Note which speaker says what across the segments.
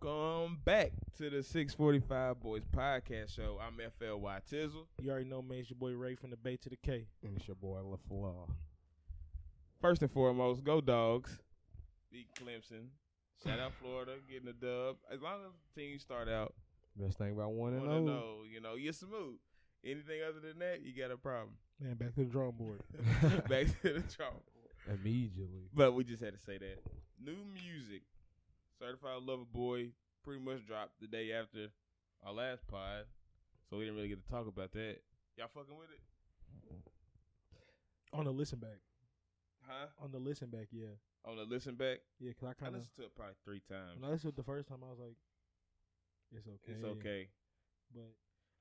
Speaker 1: Welcome back to the 645 Boys Podcast Show. I'm FLY Tizzle.
Speaker 2: You already know, man. It's your boy Ray from the Bay to the K.
Speaker 3: And it's your boy LaFlaw.
Speaker 1: First and foremost, go dogs. Beat Clemson. Shout out Florida, getting a dub. As long as the team start out
Speaker 3: Best thing about one and
Speaker 1: one and
Speaker 3: oh.
Speaker 1: oh, you know, you're smooth. Anything other than that, you got a problem.
Speaker 2: Man, back to the drawing board.
Speaker 1: Back to the drawing board.
Speaker 3: Immediately.
Speaker 1: But we just had to say that. New music, Certified Lover Boy, pretty much dropped the day after our last pod. So we didn't really get to talk about that. Y'all fucking with it?
Speaker 2: on the listen back.
Speaker 1: Huh?
Speaker 2: On the listen back, yeah.
Speaker 1: On the listen back?
Speaker 2: Yeah, because I
Speaker 1: I
Speaker 2: kind of.
Speaker 1: listened to it probably three times.
Speaker 2: When I listened the first time, I was like, it's okay.
Speaker 1: It's okay.
Speaker 2: But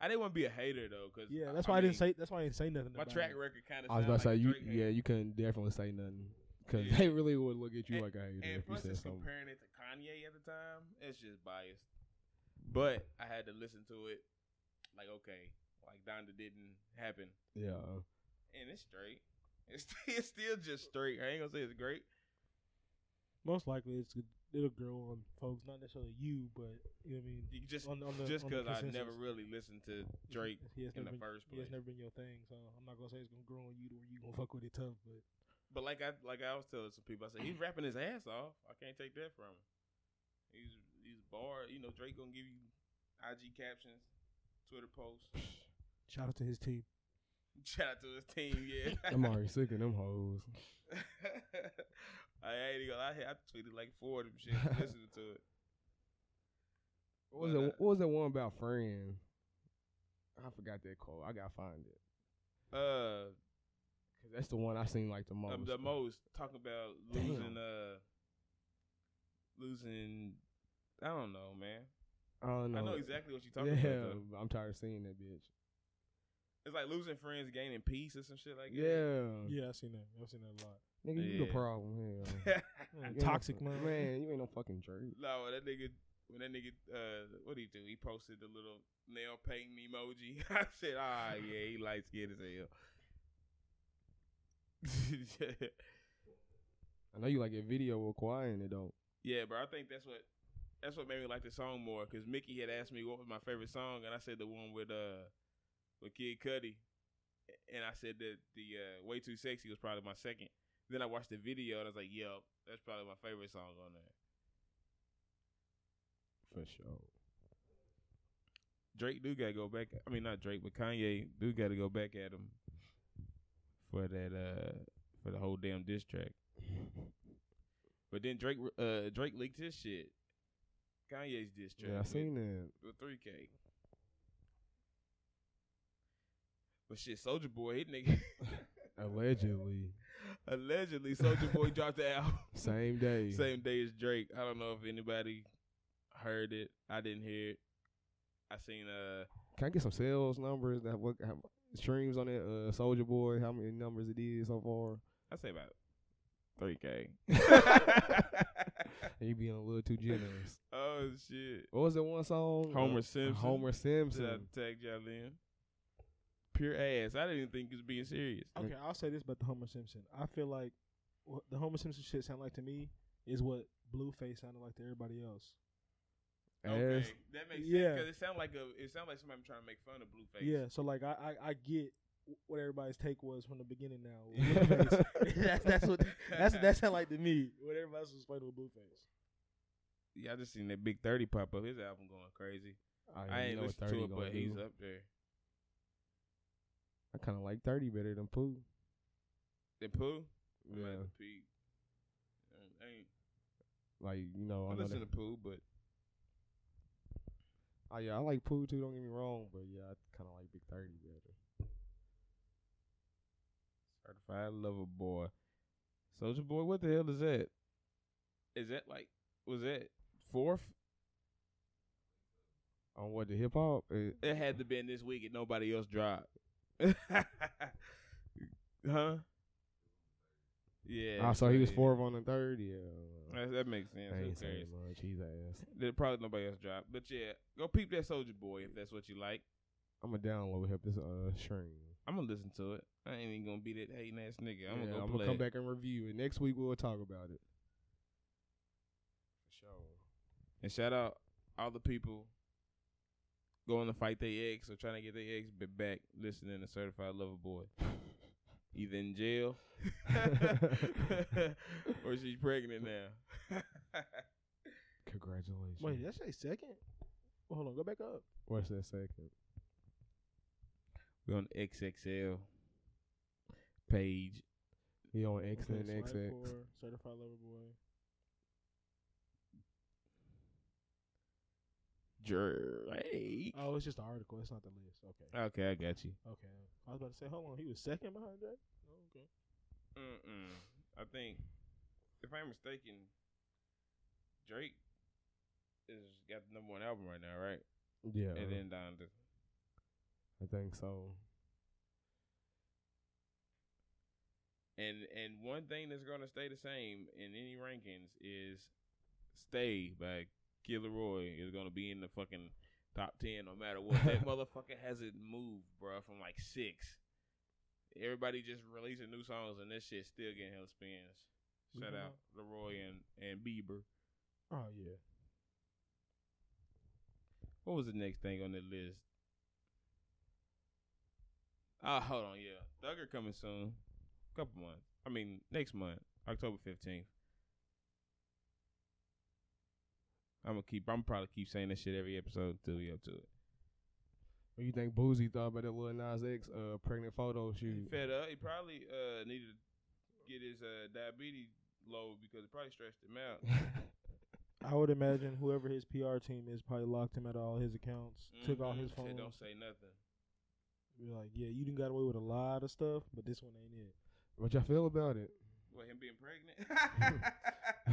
Speaker 1: I didn't want to be a hater though, cause
Speaker 2: yeah, that's why I, didn't
Speaker 1: mean,
Speaker 2: say that's why I didn't say nothing.
Speaker 1: my
Speaker 2: about
Speaker 1: track
Speaker 2: it.
Speaker 1: record kind of.
Speaker 3: I was about to say you. Yeah, you couldn't definitely say nothing because
Speaker 1: Yeah.
Speaker 3: they really would look at you
Speaker 1: And-
Speaker 3: like I hater
Speaker 1: And
Speaker 3: if you
Speaker 1: plus,
Speaker 3: said
Speaker 1: it's
Speaker 3: something.
Speaker 1: comparing it to Kanye at the time. It's just biased. But I had to listen to it. Like okay, like Donda didn't happen,
Speaker 3: yeah.
Speaker 1: and it's straight. It's, it's still just straight. I ain't gonna say it's great.
Speaker 2: Most likely, it's it'll grow on folks, not necessarily you, but you know what I mean.
Speaker 1: You can just
Speaker 2: On the- on the-
Speaker 1: just
Speaker 2: on the
Speaker 1: because I
Speaker 2: consensus.
Speaker 1: never really listened to Drake
Speaker 2: yeah, it's
Speaker 1: in the
Speaker 2: never been,
Speaker 1: first
Speaker 2: yeah,
Speaker 1: place.
Speaker 2: it's never been your thing, so I'm not gonna say it's gonna grow on you to where you gonna fuck with it tough. But
Speaker 1: But like I like I was telling some people, I said he's rapping his ass off. I can't take that from him. He's he's barred. You know Drake gonna give you IG captions, Twitter posts.
Speaker 2: shout out to his team.
Speaker 1: Shout out to his team. Yeah,
Speaker 3: I'm already sick of them hoes.
Speaker 1: I ain't gonna lie. I tweeted like four of them shit listening to it.
Speaker 3: What was
Speaker 1: But,
Speaker 3: that?
Speaker 1: uh,
Speaker 3: What was that one about friend? I forgot that quote. I gotta find it.
Speaker 1: Uh,
Speaker 3: 'Cause that's the one I seen like the most.
Speaker 1: um, the most talking about
Speaker 3: Damn.
Speaker 1: losing. Uh, losing. I don't know, man.
Speaker 3: I don't know.
Speaker 1: I know exactly what you're talking
Speaker 3: yeah,
Speaker 1: about. Though.
Speaker 3: I'm tired of seeing that bitch.
Speaker 1: It's like losing friends, gaining peace, or some shit like that.
Speaker 3: yeah.
Speaker 2: Yeah, I've seen that. I've seen that a lot.
Speaker 3: Nigga, you
Speaker 1: Yeah.
Speaker 3: the problem. Yeah.
Speaker 2: Man,
Speaker 3: You ain't no
Speaker 2: toxic
Speaker 3: fu-
Speaker 2: man.
Speaker 3: Man, you ain't no fucking jerk.
Speaker 1: No, that nigga. When that nigga, uh, what do you do? He posted the little nail painting emoji. I said, ah, yeah, he light skinned as hell.
Speaker 3: I know you like your video requiring it though.
Speaker 1: yeah, bro. I think that's what that's what made me like the song more. Cause Mickey had asked me what was my favorite song, and I said the one with uh with Kid Cudi, and I said that the uh, way too sexy was probably my second. Then I watched the video and I was like, yup, that's probably my favorite song on there.
Speaker 3: For sure.
Speaker 1: Drake do gotta go back. I mean, not Drake, but Kanye do gotta go back at him for that uh for the whole damn diss track. But then Drake uh Drake leaked his shit. Kanye's diss track.
Speaker 3: Yeah, I seen that.
Speaker 1: with three K. But shit, Soldier Boy, hit nigga.
Speaker 3: Allegedly,
Speaker 1: Allegedly, Soldier Boy dropped the album
Speaker 3: same day.
Speaker 1: same day as Drake. I don't know if anybody heard it. I didn't hear it. I seen uh
Speaker 3: Can I get some sales numbers? That what how, streams on that uh, Soldier Boy? How many numbers it is so far?
Speaker 1: I say about three K.
Speaker 3: And you being a little too generous.
Speaker 1: oh shit.
Speaker 3: What was that one song?
Speaker 1: Homer
Speaker 3: Uh,
Speaker 1: Simpson.
Speaker 3: Homer
Speaker 1: Did I
Speaker 3: Simpson.
Speaker 1: tag y'all in? Pure ass. I didn't even think he was being serious.
Speaker 2: Okay, I'll say this about the Homer Simpson. I feel like what the Homer Simpson shit sound like to me is what Blueface sounded like to everybody else.
Speaker 1: Okay,
Speaker 3: Ass.
Speaker 1: that makes sense
Speaker 2: Yeah.
Speaker 1: because it sounded like a it sounded like somebody trying to make fun of Blueface.
Speaker 2: Yeah, so like I, I, I get what everybody's take was from the beginning now. with
Speaker 1: Yeah.
Speaker 2: Blueface. that's that's what that's that sound like to me. What everybody else was playing with Blueface.
Speaker 1: yeah. I just seen that Big Thirty pop up. His album going crazy.
Speaker 3: didn't
Speaker 1: I ain't
Speaker 3: know what
Speaker 1: listened
Speaker 3: 30
Speaker 1: to it,
Speaker 3: gonna
Speaker 1: but he's
Speaker 3: do.
Speaker 1: up there.
Speaker 3: I kind of like thirty better than Pooh.
Speaker 1: Then Pooh. I'm
Speaker 3: Yeah,
Speaker 1: at the peak. I ain't,
Speaker 3: like you know,
Speaker 1: I
Speaker 3: I, know
Speaker 1: listen
Speaker 3: that-
Speaker 1: to Pooh, but
Speaker 3: Oh yeah, I like Pooh too. Don't get me wrong, but yeah, I kind of like Big Thirty better.
Speaker 1: Certified Lover Boy. Soldier Boy, what the hell is that? Is that like was that fourth?
Speaker 3: On what the hip hop? Uh,
Speaker 1: It had to been this week and nobody else dropped. huh? Yeah.
Speaker 3: oh, so he was
Speaker 1: yeah.
Speaker 3: fourth on the third. Yeah,
Speaker 1: That, that makes sense.
Speaker 3: I
Speaker 1: Who
Speaker 3: ain't
Speaker 1: cares?
Speaker 3: saying much. He's ass.
Speaker 1: There probably nobody else dropped, but yeah, go peep that Soldier Boy if that's what you like.
Speaker 3: I'm gonna download help this uh stream.
Speaker 1: I'm gonna lonna listen to it. I ain't even gonna be that hating ass nigga. I'm
Speaker 3: Yeah,
Speaker 1: gonna go
Speaker 3: I'm
Speaker 1: play
Speaker 3: gonna come
Speaker 1: it.
Speaker 3: back and review it next week. We'll talk about it. For sure.
Speaker 1: And shout out all the people going to fight their ex or trying to get their ex b- back listening to Certified Lover Boy. Either in jail or she's pregnant now.
Speaker 3: Congratulations.
Speaker 2: Wait, that's a second. Well, hold on, go back up.
Speaker 3: What's that second?
Speaker 1: We're on XXL page.
Speaker 3: He on X
Speaker 2: Okay,
Speaker 3: and
Speaker 2: Swipe
Speaker 3: XX.
Speaker 2: for certified lover boy.
Speaker 1: Drake.
Speaker 2: Oh, it's just an article. It's not the list. Okay.
Speaker 1: Okay, I got you.
Speaker 2: Okay. I was about to say, hold on, he was second behind Drake. Oh, okay.
Speaker 1: Mm-mm. I think, if I'm mistaken, Drake is got the number one album right now, right?
Speaker 3: Yeah,
Speaker 1: And then down to
Speaker 3: I think so.
Speaker 1: and and one thing that's gonna stay the same in any rankings is "Stay" by Killer Roy is gonna be in the fucking top ten no matter what. that motherfucker hasn't moved, bro, from like six. Everybody just releasing new songs and this shit still getting hell spins.
Speaker 2: We
Speaker 1: Shout
Speaker 2: gonna-
Speaker 1: out Leroy and and Bieber.
Speaker 2: Oh yeah.
Speaker 1: What was the next thing on the list? Ah, hold on, yeah. Thugger coming soon. Couple months. I mean, next month, October fifteenth. I'm gonna keep. I'm probably keep saying that shit every episode until we up to it.
Speaker 3: What you think Boozy thought about that little Nas X uh, pregnant photo shoot?
Speaker 1: Fed up. He probably uh needed to get his uh diabetes low because it probably stressed him out.
Speaker 2: I would imagine whoever his PR team is probably locked him out of all his accounts, took all
Speaker 1: Mhm.
Speaker 2: his
Speaker 1: Shit,
Speaker 2: phones.
Speaker 1: Don't say nothing.
Speaker 2: Be like, yeah, you didn't got away with a lot of stuff, but this one ain't it.
Speaker 3: what y'all feel about it?
Speaker 1: What him being pregnant?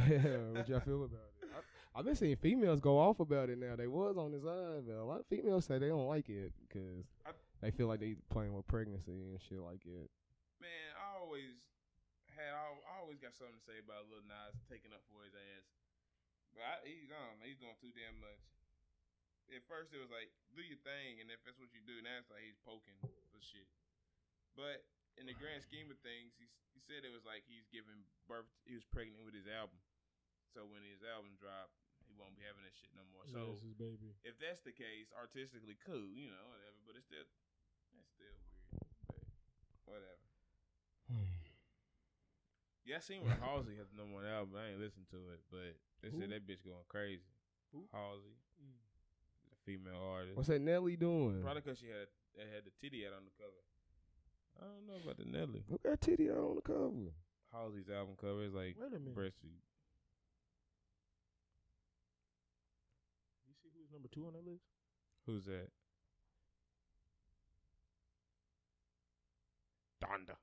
Speaker 3: yeah, what y'all feel about it? I, I've been seeing females go off about it now. They was on his side, but a lot of females say they don't like it because
Speaker 1: I-
Speaker 3: they feel like they playing with pregnancy and shit like it.
Speaker 1: Man, I always had I, I always got something to say about Lil Nas taking up for his ass, but I, he's um he's doing too damn much. At first it was like do your thing, and if that's what you do, now it's like he's poking for shit. But in the grand scheme of things, he s- he said it was like he's giving birth. He was pregnant with his album, so when his album dropped, he won't be having that shit no more. So
Speaker 2: this is baby.
Speaker 1: if that's the case, artistically cool, you know, whatever. But it's still that's still weird. But whatever.
Speaker 2: Hmm.
Speaker 1: Yeah, I seen where Halsey has the number one album. I ain't listened to it, but they
Speaker 2: Who?
Speaker 1: said that bitch going crazy.
Speaker 2: Who?
Speaker 1: Halsey,
Speaker 2: Mm.
Speaker 1: the female artist.
Speaker 3: What's that Nelly doing?
Speaker 1: Probably because she had a, had the titty out on the cover. I don't know about the Nelly.
Speaker 3: Who got titty out on the cover?
Speaker 1: Halsey's album cover is like
Speaker 2: Wait a minute.
Speaker 1: breasty.
Speaker 2: You see who's number two on that list?
Speaker 1: Who's that? Donda.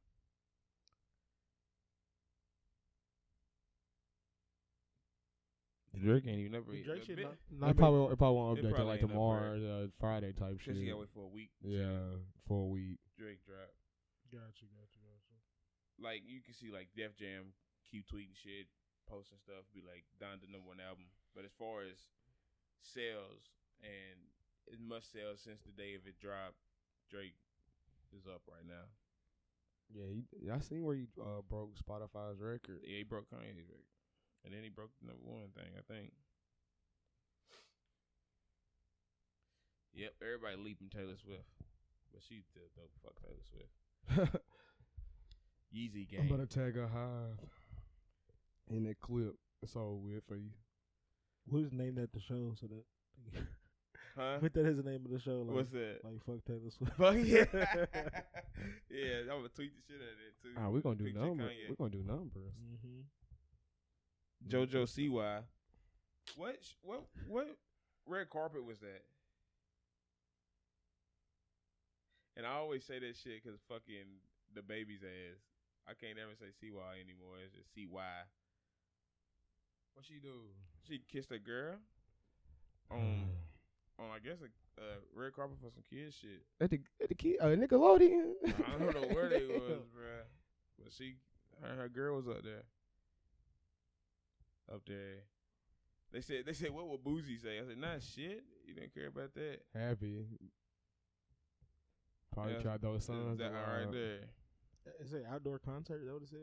Speaker 1: Drake ain't even never.
Speaker 2: The Drake
Speaker 1: the
Speaker 2: shit
Speaker 1: bit-
Speaker 2: not,
Speaker 3: I
Speaker 2: not
Speaker 3: probably it probably
Speaker 1: it
Speaker 3: won't update till
Speaker 1: probably
Speaker 3: like
Speaker 1: ain't up
Speaker 3: tomorrow, or, uh, Friday type
Speaker 1: Cause
Speaker 3: shit.
Speaker 1: you gotta wait for a week. to
Speaker 3: Yeah, for a week.
Speaker 1: Drake drop.
Speaker 2: Gotcha, gotcha, gotcha.
Speaker 1: Like you can see like Def Jam keep tweeting shit, posting stuff, be like Donda number one album. But as far as sales and it must sell since the day of it dropped, Drake is up right now.
Speaker 3: Yeah, he, I seen where he uh, broke Spotify's record.
Speaker 1: Yeah, he broke Kanye's record. And then he broke the number one thing, I think. Yep, everybody leaping Taylor Swift. But she still dope fuck Taylor Swift. Yeezy
Speaker 3: I'm
Speaker 1: game.
Speaker 3: about to tag a hive in that clip. It's all weird for you.
Speaker 2: We'll just name that the show so that
Speaker 1: huh?
Speaker 2: put that as the name of the show. Like,
Speaker 1: What's that?
Speaker 2: like fuck Taylor Swift.
Speaker 1: Fuck yeah. yeah, I'm gonna tweet the shit out of it too.
Speaker 3: Ah, we're gonna do
Speaker 1: Picture
Speaker 3: numbers.
Speaker 1: Kanye.
Speaker 3: We're gonna do numbers.
Speaker 2: mm-hmm.
Speaker 1: JoJo CY. What sh- what what red carpet was that? And I always say that shit because fucking the baby's ass. I can't ever say CY anymore. It's just CY.
Speaker 3: What she do?
Speaker 1: She kissed a girl
Speaker 3: Mm.
Speaker 1: on on I guess a uh, red carpet for some kid shit.
Speaker 3: at the at the kid uh, Nickelodeon.
Speaker 1: I don't know where they was, bruh. But she, her, her girl was up there. Up there. They said, they said, what would Boozy say? I said, nah, shit. You didn't care about that.
Speaker 3: Happy. Probably
Speaker 1: Yeah.
Speaker 3: tried those sons.
Speaker 1: that
Speaker 3: around.
Speaker 1: one right there.
Speaker 2: It's an outdoor concert. Is that what it said?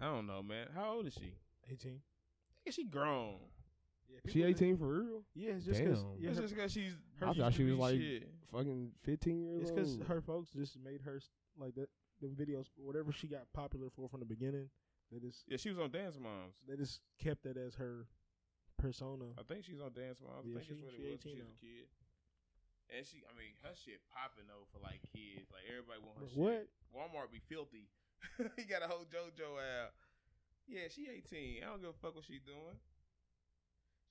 Speaker 1: I don't know, man. How old is she?
Speaker 2: 18.
Speaker 1: Nigga, she grown.
Speaker 2: Yeah,
Speaker 3: She
Speaker 2: people think-
Speaker 3: 18 for real?
Speaker 2: Yeah, it's just because
Speaker 3: Damn.
Speaker 2: yeah,
Speaker 1: It's
Speaker 2: her,
Speaker 1: just because she's. her
Speaker 3: I thought
Speaker 1: used
Speaker 3: she
Speaker 1: to
Speaker 3: was
Speaker 1: be
Speaker 3: like-
Speaker 1: shit.
Speaker 3: Fucking 15 years
Speaker 2: it's
Speaker 3: old.
Speaker 2: because her folks just made her s- like that. The videos, whatever she got popular for from the beginning, they just
Speaker 1: Yeah, she was on Dance Moms.
Speaker 2: they just kept that as her persona.
Speaker 1: I think she's on Dance Moms.
Speaker 2: Yeah,
Speaker 1: I think
Speaker 2: she-
Speaker 1: that's what
Speaker 2: she
Speaker 1: it was.
Speaker 2: 18
Speaker 1: when She was a kid. And she, I mean, her shit popping though for like kids. Like everybody want her
Speaker 2: But
Speaker 1: shit.
Speaker 2: what?
Speaker 1: Walmart be filthy. he got a whole JoJo out. Yeah, she 18. I don't give a fuck what she doing.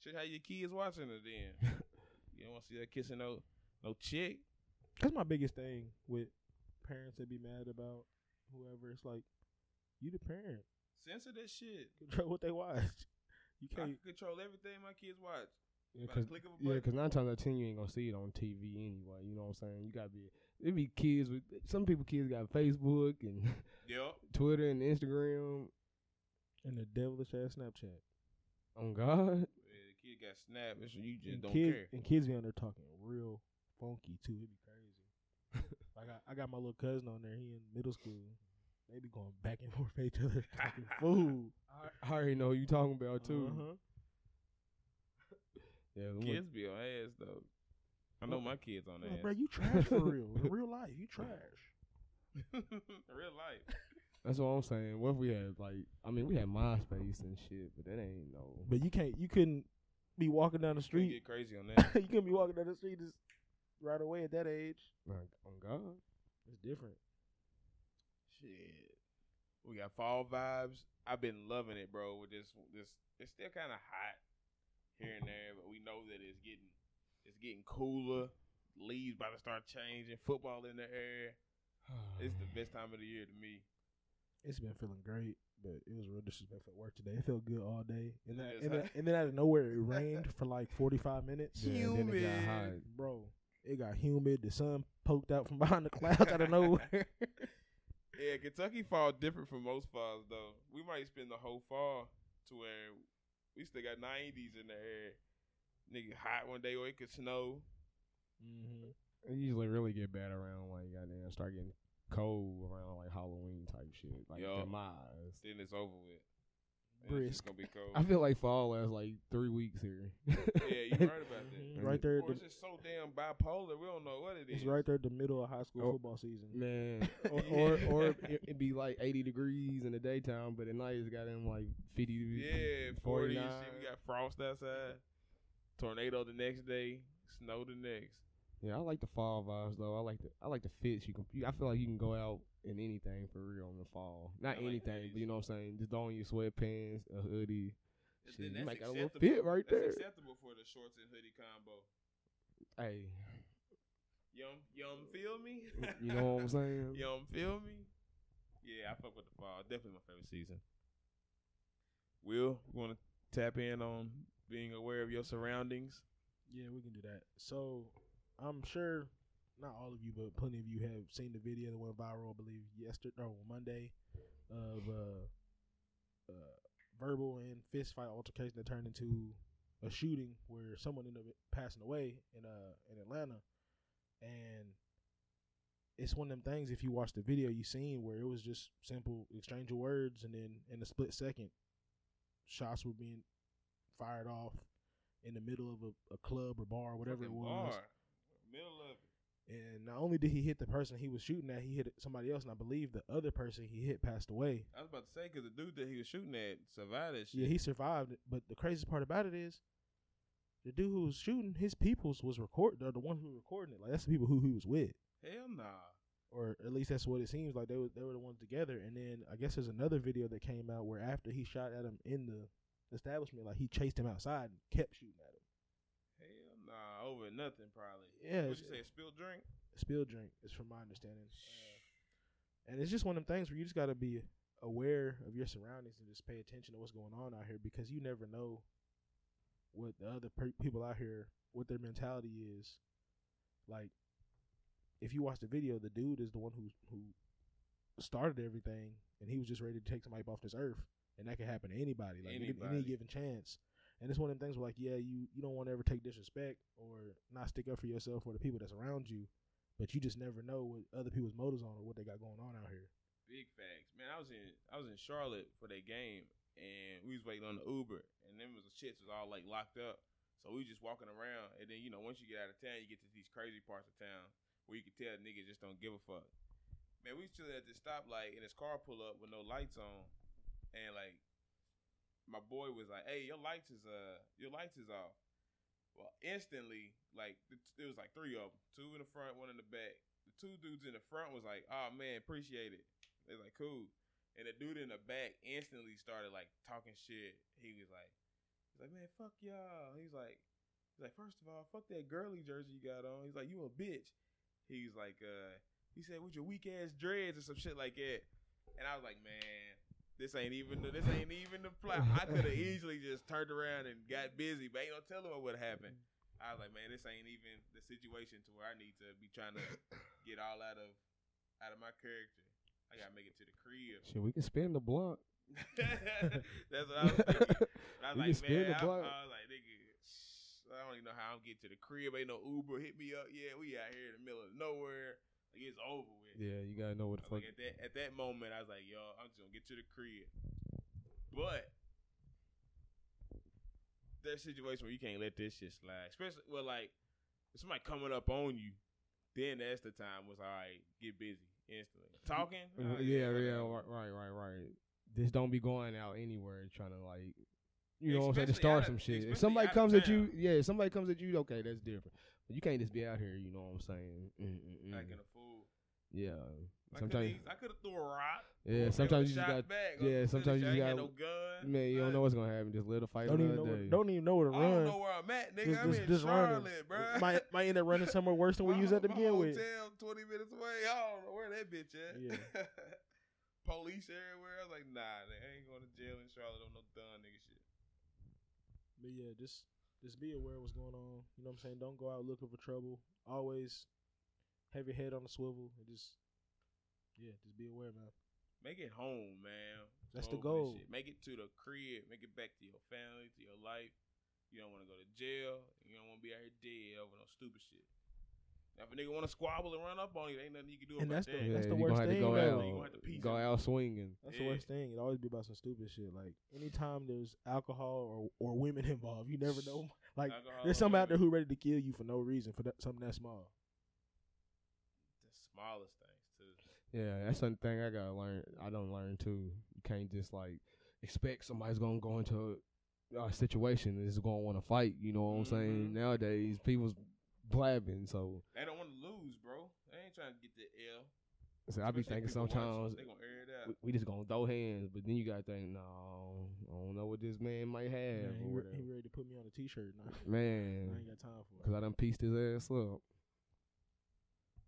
Speaker 1: Should have your kids watching her then. you don't want to see her kissing no no chick.
Speaker 2: That's my biggest thing with parents that be mad about whoever. It's like you the parent
Speaker 1: Censor that shit.
Speaker 2: control what they watch. You
Speaker 1: I
Speaker 2: can't.
Speaker 1: can control everything my kids watch.
Speaker 3: Yeah,
Speaker 1: By the
Speaker 3: cause,
Speaker 1: click of a
Speaker 3: yeah,
Speaker 1: button.
Speaker 3: 'cause nine times out of ten you ain't gonna see it on TV anyway. You know what I'm saying? You gotta be. It be kids with some people. Kids got Facebook and
Speaker 1: Yep.
Speaker 3: Twitter and Instagram.
Speaker 2: And the devilish ass Snapchat.
Speaker 3: On God,
Speaker 1: Yeah, the kid got snapped. So you just
Speaker 2: and
Speaker 1: don't
Speaker 2: kids
Speaker 1: care.
Speaker 2: and kids be on there talking real funky too. It'd be crazy. like I, I got my little cousin on there. He in middle school. They be going back and forth with each other talking
Speaker 3: Oh,
Speaker 2: food.
Speaker 3: I, I already know who you talking about too.
Speaker 2: Uh-huh.
Speaker 3: Yeah, them
Speaker 1: Kids be on ass though. I know my kids on
Speaker 2: Like,
Speaker 1: ass.
Speaker 2: bro, you trash for real. In real life, you trash.
Speaker 1: Real life.
Speaker 3: look- that's what I'm saying. What if we had like? I mean, we had MySpace and shit, but that ain't no.
Speaker 2: But you can't. You couldn't be walking down the
Speaker 1: They
Speaker 2: street.
Speaker 1: get crazy on that.
Speaker 2: you couldn't be walking down the street just right away at that age.
Speaker 3: Like, on God,
Speaker 2: It's different.
Speaker 1: Shit. We got fall vibes. I've been loving it, bro. With this, this it's still kind of hot here and there, but we know that it's getting it's getting cooler. Leaves about to start changing. Football in the air. It's the best time of the year to me.
Speaker 2: It's been feeling great, but it was real disrespectful at work today. It felt good all day, and then,
Speaker 1: Yes,
Speaker 2: and, then,
Speaker 1: huh?
Speaker 2: and then out of nowhere it rained for like forty five minutes.
Speaker 3: Yeah, and then it got
Speaker 1: Humid.
Speaker 3: hot.
Speaker 2: bro. It got humid. The sun poked out from behind the clouds out of nowhere.
Speaker 1: Yeah, Kentucky fall different from most falls though. We might spend the whole fall to where we still got nineties in the air. Nigga, hot one day or it could snow.
Speaker 2: Mm-hmm.
Speaker 3: It usually really get bad around like goddamn start getting cold around like Halloween type shit. Like
Speaker 1: Yup.
Speaker 3: to my eyes.
Speaker 1: Then it's over with. And It's
Speaker 2: Brisk.
Speaker 1: just gonna be cold.
Speaker 3: I feel like fall lasts like three weeks here.
Speaker 1: yeah, you're right about that.
Speaker 3: Mm-hmm.
Speaker 2: Mhm. Right there, at
Speaker 1: Or
Speaker 2: the,
Speaker 1: it's just so damn bipolar. We don't know what it is.
Speaker 2: it's right there at the middle of high school
Speaker 3: Oh.
Speaker 2: football season.
Speaker 3: Man, or or, or it, it'd be like eighty degrees in the daytime, but at night it's got in like fifty.
Speaker 1: Yeah, 40 and
Speaker 3: 49.
Speaker 1: shit. We got frost outside. Tornado the next day. Snow the next.
Speaker 3: Yeah, I like the fall vibes though. I like the I like the fits. You can you, I feel like you can go out in anything for real in the fall.
Speaker 1: I
Speaker 3: Not
Speaker 1: like
Speaker 3: anything,
Speaker 1: hoodies.
Speaker 3: but you know what I'm saying. Just on your sweatpants, a hoodie.
Speaker 1: And
Speaker 3: Shit,
Speaker 1: then
Speaker 3: you
Speaker 1: that's
Speaker 3: might got a little
Speaker 1: acceptable-
Speaker 3: fit right
Speaker 1: that's
Speaker 3: there.
Speaker 1: acceptable for the shorts and hoodie combo.
Speaker 3: Hey,
Speaker 1: Yum, yum, feel me?
Speaker 3: you know what I'm saying?
Speaker 1: Yum, feel me? Yeah, I fuck with the fall. Definitely my favorite season. Will, you want to tap in on being aware of your surroundings?
Speaker 2: Yeah, we can do that. So I'm sure not all of you, but plenty of you have seen the video that went viral, I believe, yesterday or Monday of uh, uh, verbal and fist fight altercation that turned into a shooting where someone ended up passing away in uh in Atlanta, and it's one of them things. If you watch the video, you seen where it was just simple exchange of words, and then in a split second, shots were being fired off in the middle of a, a club or bar, or whatever it
Speaker 1: Fucking
Speaker 2: was.
Speaker 1: bar. Middle of it.
Speaker 2: And not only did he hit the person he was shooting at, he hit somebody else, and I believe the other person he hit passed away.
Speaker 1: I was about to say because the dude that he was shooting at survived that shit.
Speaker 2: Yeah, he survived. But the craziest part about it is, the dude who was shooting, his peoples was record. They're the one who recording it. Like that's the people who he was with,
Speaker 1: Hell nah.
Speaker 2: or at least that's what it seems like. They were they were the ones together. And then I guess there's another video that came out where after he shot at him in the establishment, like he chased him outside and kept shooting at him.
Speaker 1: Hell nah. Over nothing probably.
Speaker 2: Yeah,
Speaker 1: What'd
Speaker 2: it's-
Speaker 1: you say? A spilled drink?
Speaker 2: Spill drink is from my understanding. Uh, And it's just one of them things where you just got to be aware of your surroundings and just pay attention to what's going on out here because you never know what the other per- people out here, what their mentality is. Like, if you watch the video, the dude is the one who who started everything, and he was just ready to take somebody off this earth, and that could happen to anybody, like any-
Speaker 1: Anybody.
Speaker 2: any given chance. And it's one of them things where, like, yeah, you you don't want to ever take disrespect or not stick up for yourself or the people that's around you, but you just never know what other people's motives are or what they got going on out here.
Speaker 1: Big facts, man. I was in I was in Charlotte for that game, and we was waiting on the Uber, and them was the shits was all like locked up. So we just walking around, and then you know once you get out of town, you get to these crazy parts of town where you can tell niggas just don't give a fuck. Man, we was chilling at the stoplight, and this car pull up with no lights on, and like my boy was like, "Hey, your lights is uh, your lights is off." Well, instantly, like th- there was like three of them, two in the front, one in the back. The two dudes in the front was like, "Oh man, appreciate it." They was like, "Cool." And the dude in the back instantly started like talking shit. He was like, he's like, man, fuck y'all. He's like, he's like, first of all, fuck that girly jersey you got on. He's like, you a bitch. He's like, uh, he said with your weak ass dreads or some shit like that. And I was like, man, this ain't even the, this ain't even the plot. I could have easily just turned around and got busy, but ain't no telling what would happen. I was like, man, this ain't even the situation to where I need to be trying to get all out of out of my character. I gotta make it to the crib.
Speaker 3: Shit, we can spin the blunt.
Speaker 1: That's what I was thinking. And I was
Speaker 3: We
Speaker 1: like,
Speaker 3: can spin
Speaker 1: man,
Speaker 3: the
Speaker 1: I,
Speaker 3: block.
Speaker 1: I was like, nigga, I don't even know how I'm getting to the crib. Ain't no Uber hit me up. Yeah, we out here in the middle of nowhere. Like it's over with.
Speaker 3: Yeah, you gotta know what
Speaker 1: I
Speaker 3: the
Speaker 1: was
Speaker 3: fuck.
Speaker 1: like at that at that moment, I was like, yo, I'm just gonna get to the crib. But there's situation where you can't let this shit slide, especially well, like if somebody coming up on you. Then that's the time was all right. Get busy instantly. Talking.
Speaker 3: Yeah,
Speaker 1: Oh,
Speaker 3: yeah,
Speaker 1: whatever.
Speaker 3: right, right, right, right. Just don't be going out anywhere trying to like, you know what I'm saying, to
Speaker 1: Especially
Speaker 3: start
Speaker 1: out
Speaker 3: some
Speaker 1: of-
Speaker 3: shit. If
Speaker 1: especially
Speaker 3: somebody
Speaker 1: out of
Speaker 3: comes at
Speaker 1: town.
Speaker 3: you, yeah, if somebody comes at you, okay, that's different. But you can't just be out here, you know what I'm saying? Mm-mm-mm.
Speaker 1: Acting a fool.
Speaker 3: Yeah,
Speaker 1: I could
Speaker 3: sometimes,
Speaker 1: have I could have threw a rock. Or
Speaker 3: yeah, sometimes you
Speaker 1: shot
Speaker 3: just got,
Speaker 1: back. Or
Speaker 3: yeah, sometimes
Speaker 1: I
Speaker 3: you just
Speaker 1: ain't had
Speaker 3: got-
Speaker 1: no gun.
Speaker 3: man, you don't
Speaker 1: nothing.
Speaker 3: know what's gonna happen. Just let the fight
Speaker 2: Don't even know.
Speaker 3: another
Speaker 2: Where,
Speaker 3: day.
Speaker 2: don't even know where to
Speaker 1: I don't
Speaker 2: run.
Speaker 1: know where I'm at, nigga.
Speaker 2: Just,
Speaker 1: I'm
Speaker 2: just,
Speaker 1: in
Speaker 2: just
Speaker 1: Charlotte,
Speaker 2: run.
Speaker 1: bro.
Speaker 2: Might might end up running somewhere worse than where you was at to
Speaker 1: My
Speaker 2: begin with.
Speaker 1: hotel 20 minutes away. I don't know where that bitch at. Police everywhere. I was like, nah, nigga, I ain't going to jail in Charlotte on no dumb nigga shit.
Speaker 2: But yeah, just just be aware of what's going on. You know what I'm saying? Don't go out looking for trouble. Always have your head on the swivel and just yeah, just be aware, man.
Speaker 1: Make it home, man.
Speaker 2: That's
Speaker 1: Over this
Speaker 2: the goal.
Speaker 1: shit. Make it to the crib. Make it back to your family, to your life. You don't want to go to jail. You don't want to be out here dead over no stupid shit. Now, if a nigga want to squabble and run up on you, there ain't nothing you can do
Speaker 2: And
Speaker 1: about
Speaker 2: that's the-
Speaker 1: that.
Speaker 3: Yeah,
Speaker 2: that's the
Speaker 3: you
Speaker 2: worst
Speaker 3: gonna have to
Speaker 2: thing,
Speaker 3: go
Speaker 2: though.
Speaker 3: out,
Speaker 1: You gonna have to peace
Speaker 3: go
Speaker 1: out.
Speaker 3: out swinging.
Speaker 2: That's
Speaker 1: Yeah.
Speaker 2: the worst thing. It always be about some stupid shit. Like anytime there's alcohol or, or women involved, you never know. Like
Speaker 1: Alcohol
Speaker 2: there's
Speaker 1: or
Speaker 2: somebody out there
Speaker 1: women.
Speaker 2: who ready to kill you for no reason for that, something that small.
Speaker 1: the smallest things too.
Speaker 3: Yeah, that's one thing I gotta learn. I don't learn too. You can't just like expect somebody's gonna go into a, a situation and just gonna want to fight. You know what I'm
Speaker 1: Mhm.
Speaker 2: Mm-hmm.
Speaker 3: saying? Nowadays, people's blabbing, so,
Speaker 1: They don't want to lose, bro. They ain't trying to get the L.
Speaker 3: so I be
Speaker 1: Especially if
Speaker 3: thinking
Speaker 1: people watch,
Speaker 3: sometimes
Speaker 1: they gonna air it out.
Speaker 3: we, we just gonna throw hands, but then you gotta think, no, I don't know what this man might
Speaker 2: Man,
Speaker 3: have
Speaker 2: he,
Speaker 3: or
Speaker 2: re-
Speaker 3: whatever.
Speaker 2: he ready to put me on a t-shirt. Nah, I
Speaker 3: man,
Speaker 2: ain't got time for it.
Speaker 3: because I done pieced his ass up.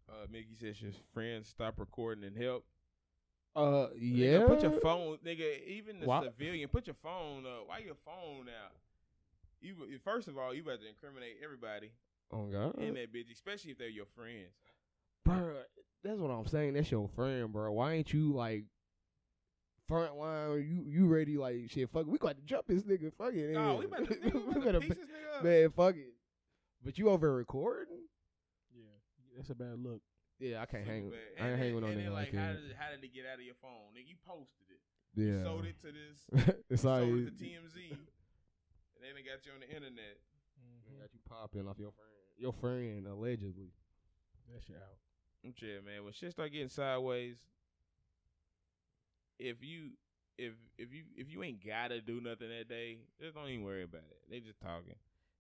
Speaker 1: Uh, Mickey says his friends stop recording and help.
Speaker 3: Uh, yeah.
Speaker 1: Nigga, put your phone, nigga. Even the
Speaker 3: Why-
Speaker 1: civilian, put your phone up. Why your phone out? You you- first of all, you about to incriminate everybody
Speaker 3: Oh God.
Speaker 1: in that bitch, especially if they're your friends.
Speaker 3: bro. That's what I'm saying. That's your friend, bro. Why ain't you like front line? You you ready? Like shit. Fuck. It. We got to jump this nigga. Fuck it.
Speaker 1: Nah,
Speaker 3: then.
Speaker 1: we about to, nigga, we about
Speaker 3: gotta
Speaker 1: to
Speaker 3: be-
Speaker 1: piece this nigga up.
Speaker 3: man. Fuck it. But you over recording?
Speaker 2: Yeah, that's a bad look.
Speaker 3: Yeah, I can't
Speaker 1: Super
Speaker 3: hang.
Speaker 1: bad.
Speaker 3: I ain't
Speaker 1: And
Speaker 3: hanging
Speaker 1: then-
Speaker 3: on
Speaker 1: and
Speaker 3: nigga
Speaker 1: then,
Speaker 3: like,
Speaker 1: how
Speaker 3: that.
Speaker 1: did it- how did it get out of your phone? Nigga, you posted it. You
Speaker 3: Yeah,
Speaker 1: sold it to this.
Speaker 3: it's
Speaker 1: you
Speaker 3: all.
Speaker 1: sold it
Speaker 3: right.
Speaker 1: to TMZ, and then they got you on the internet. Mm.
Speaker 3: They Got you popping off your friend. Your friend allegedly.
Speaker 2: That shit out.
Speaker 1: I'm chill, man. When shit start getting sideways, if you if if you if you ain't gotta do nothing that day, just don't even worry about it. They just talking.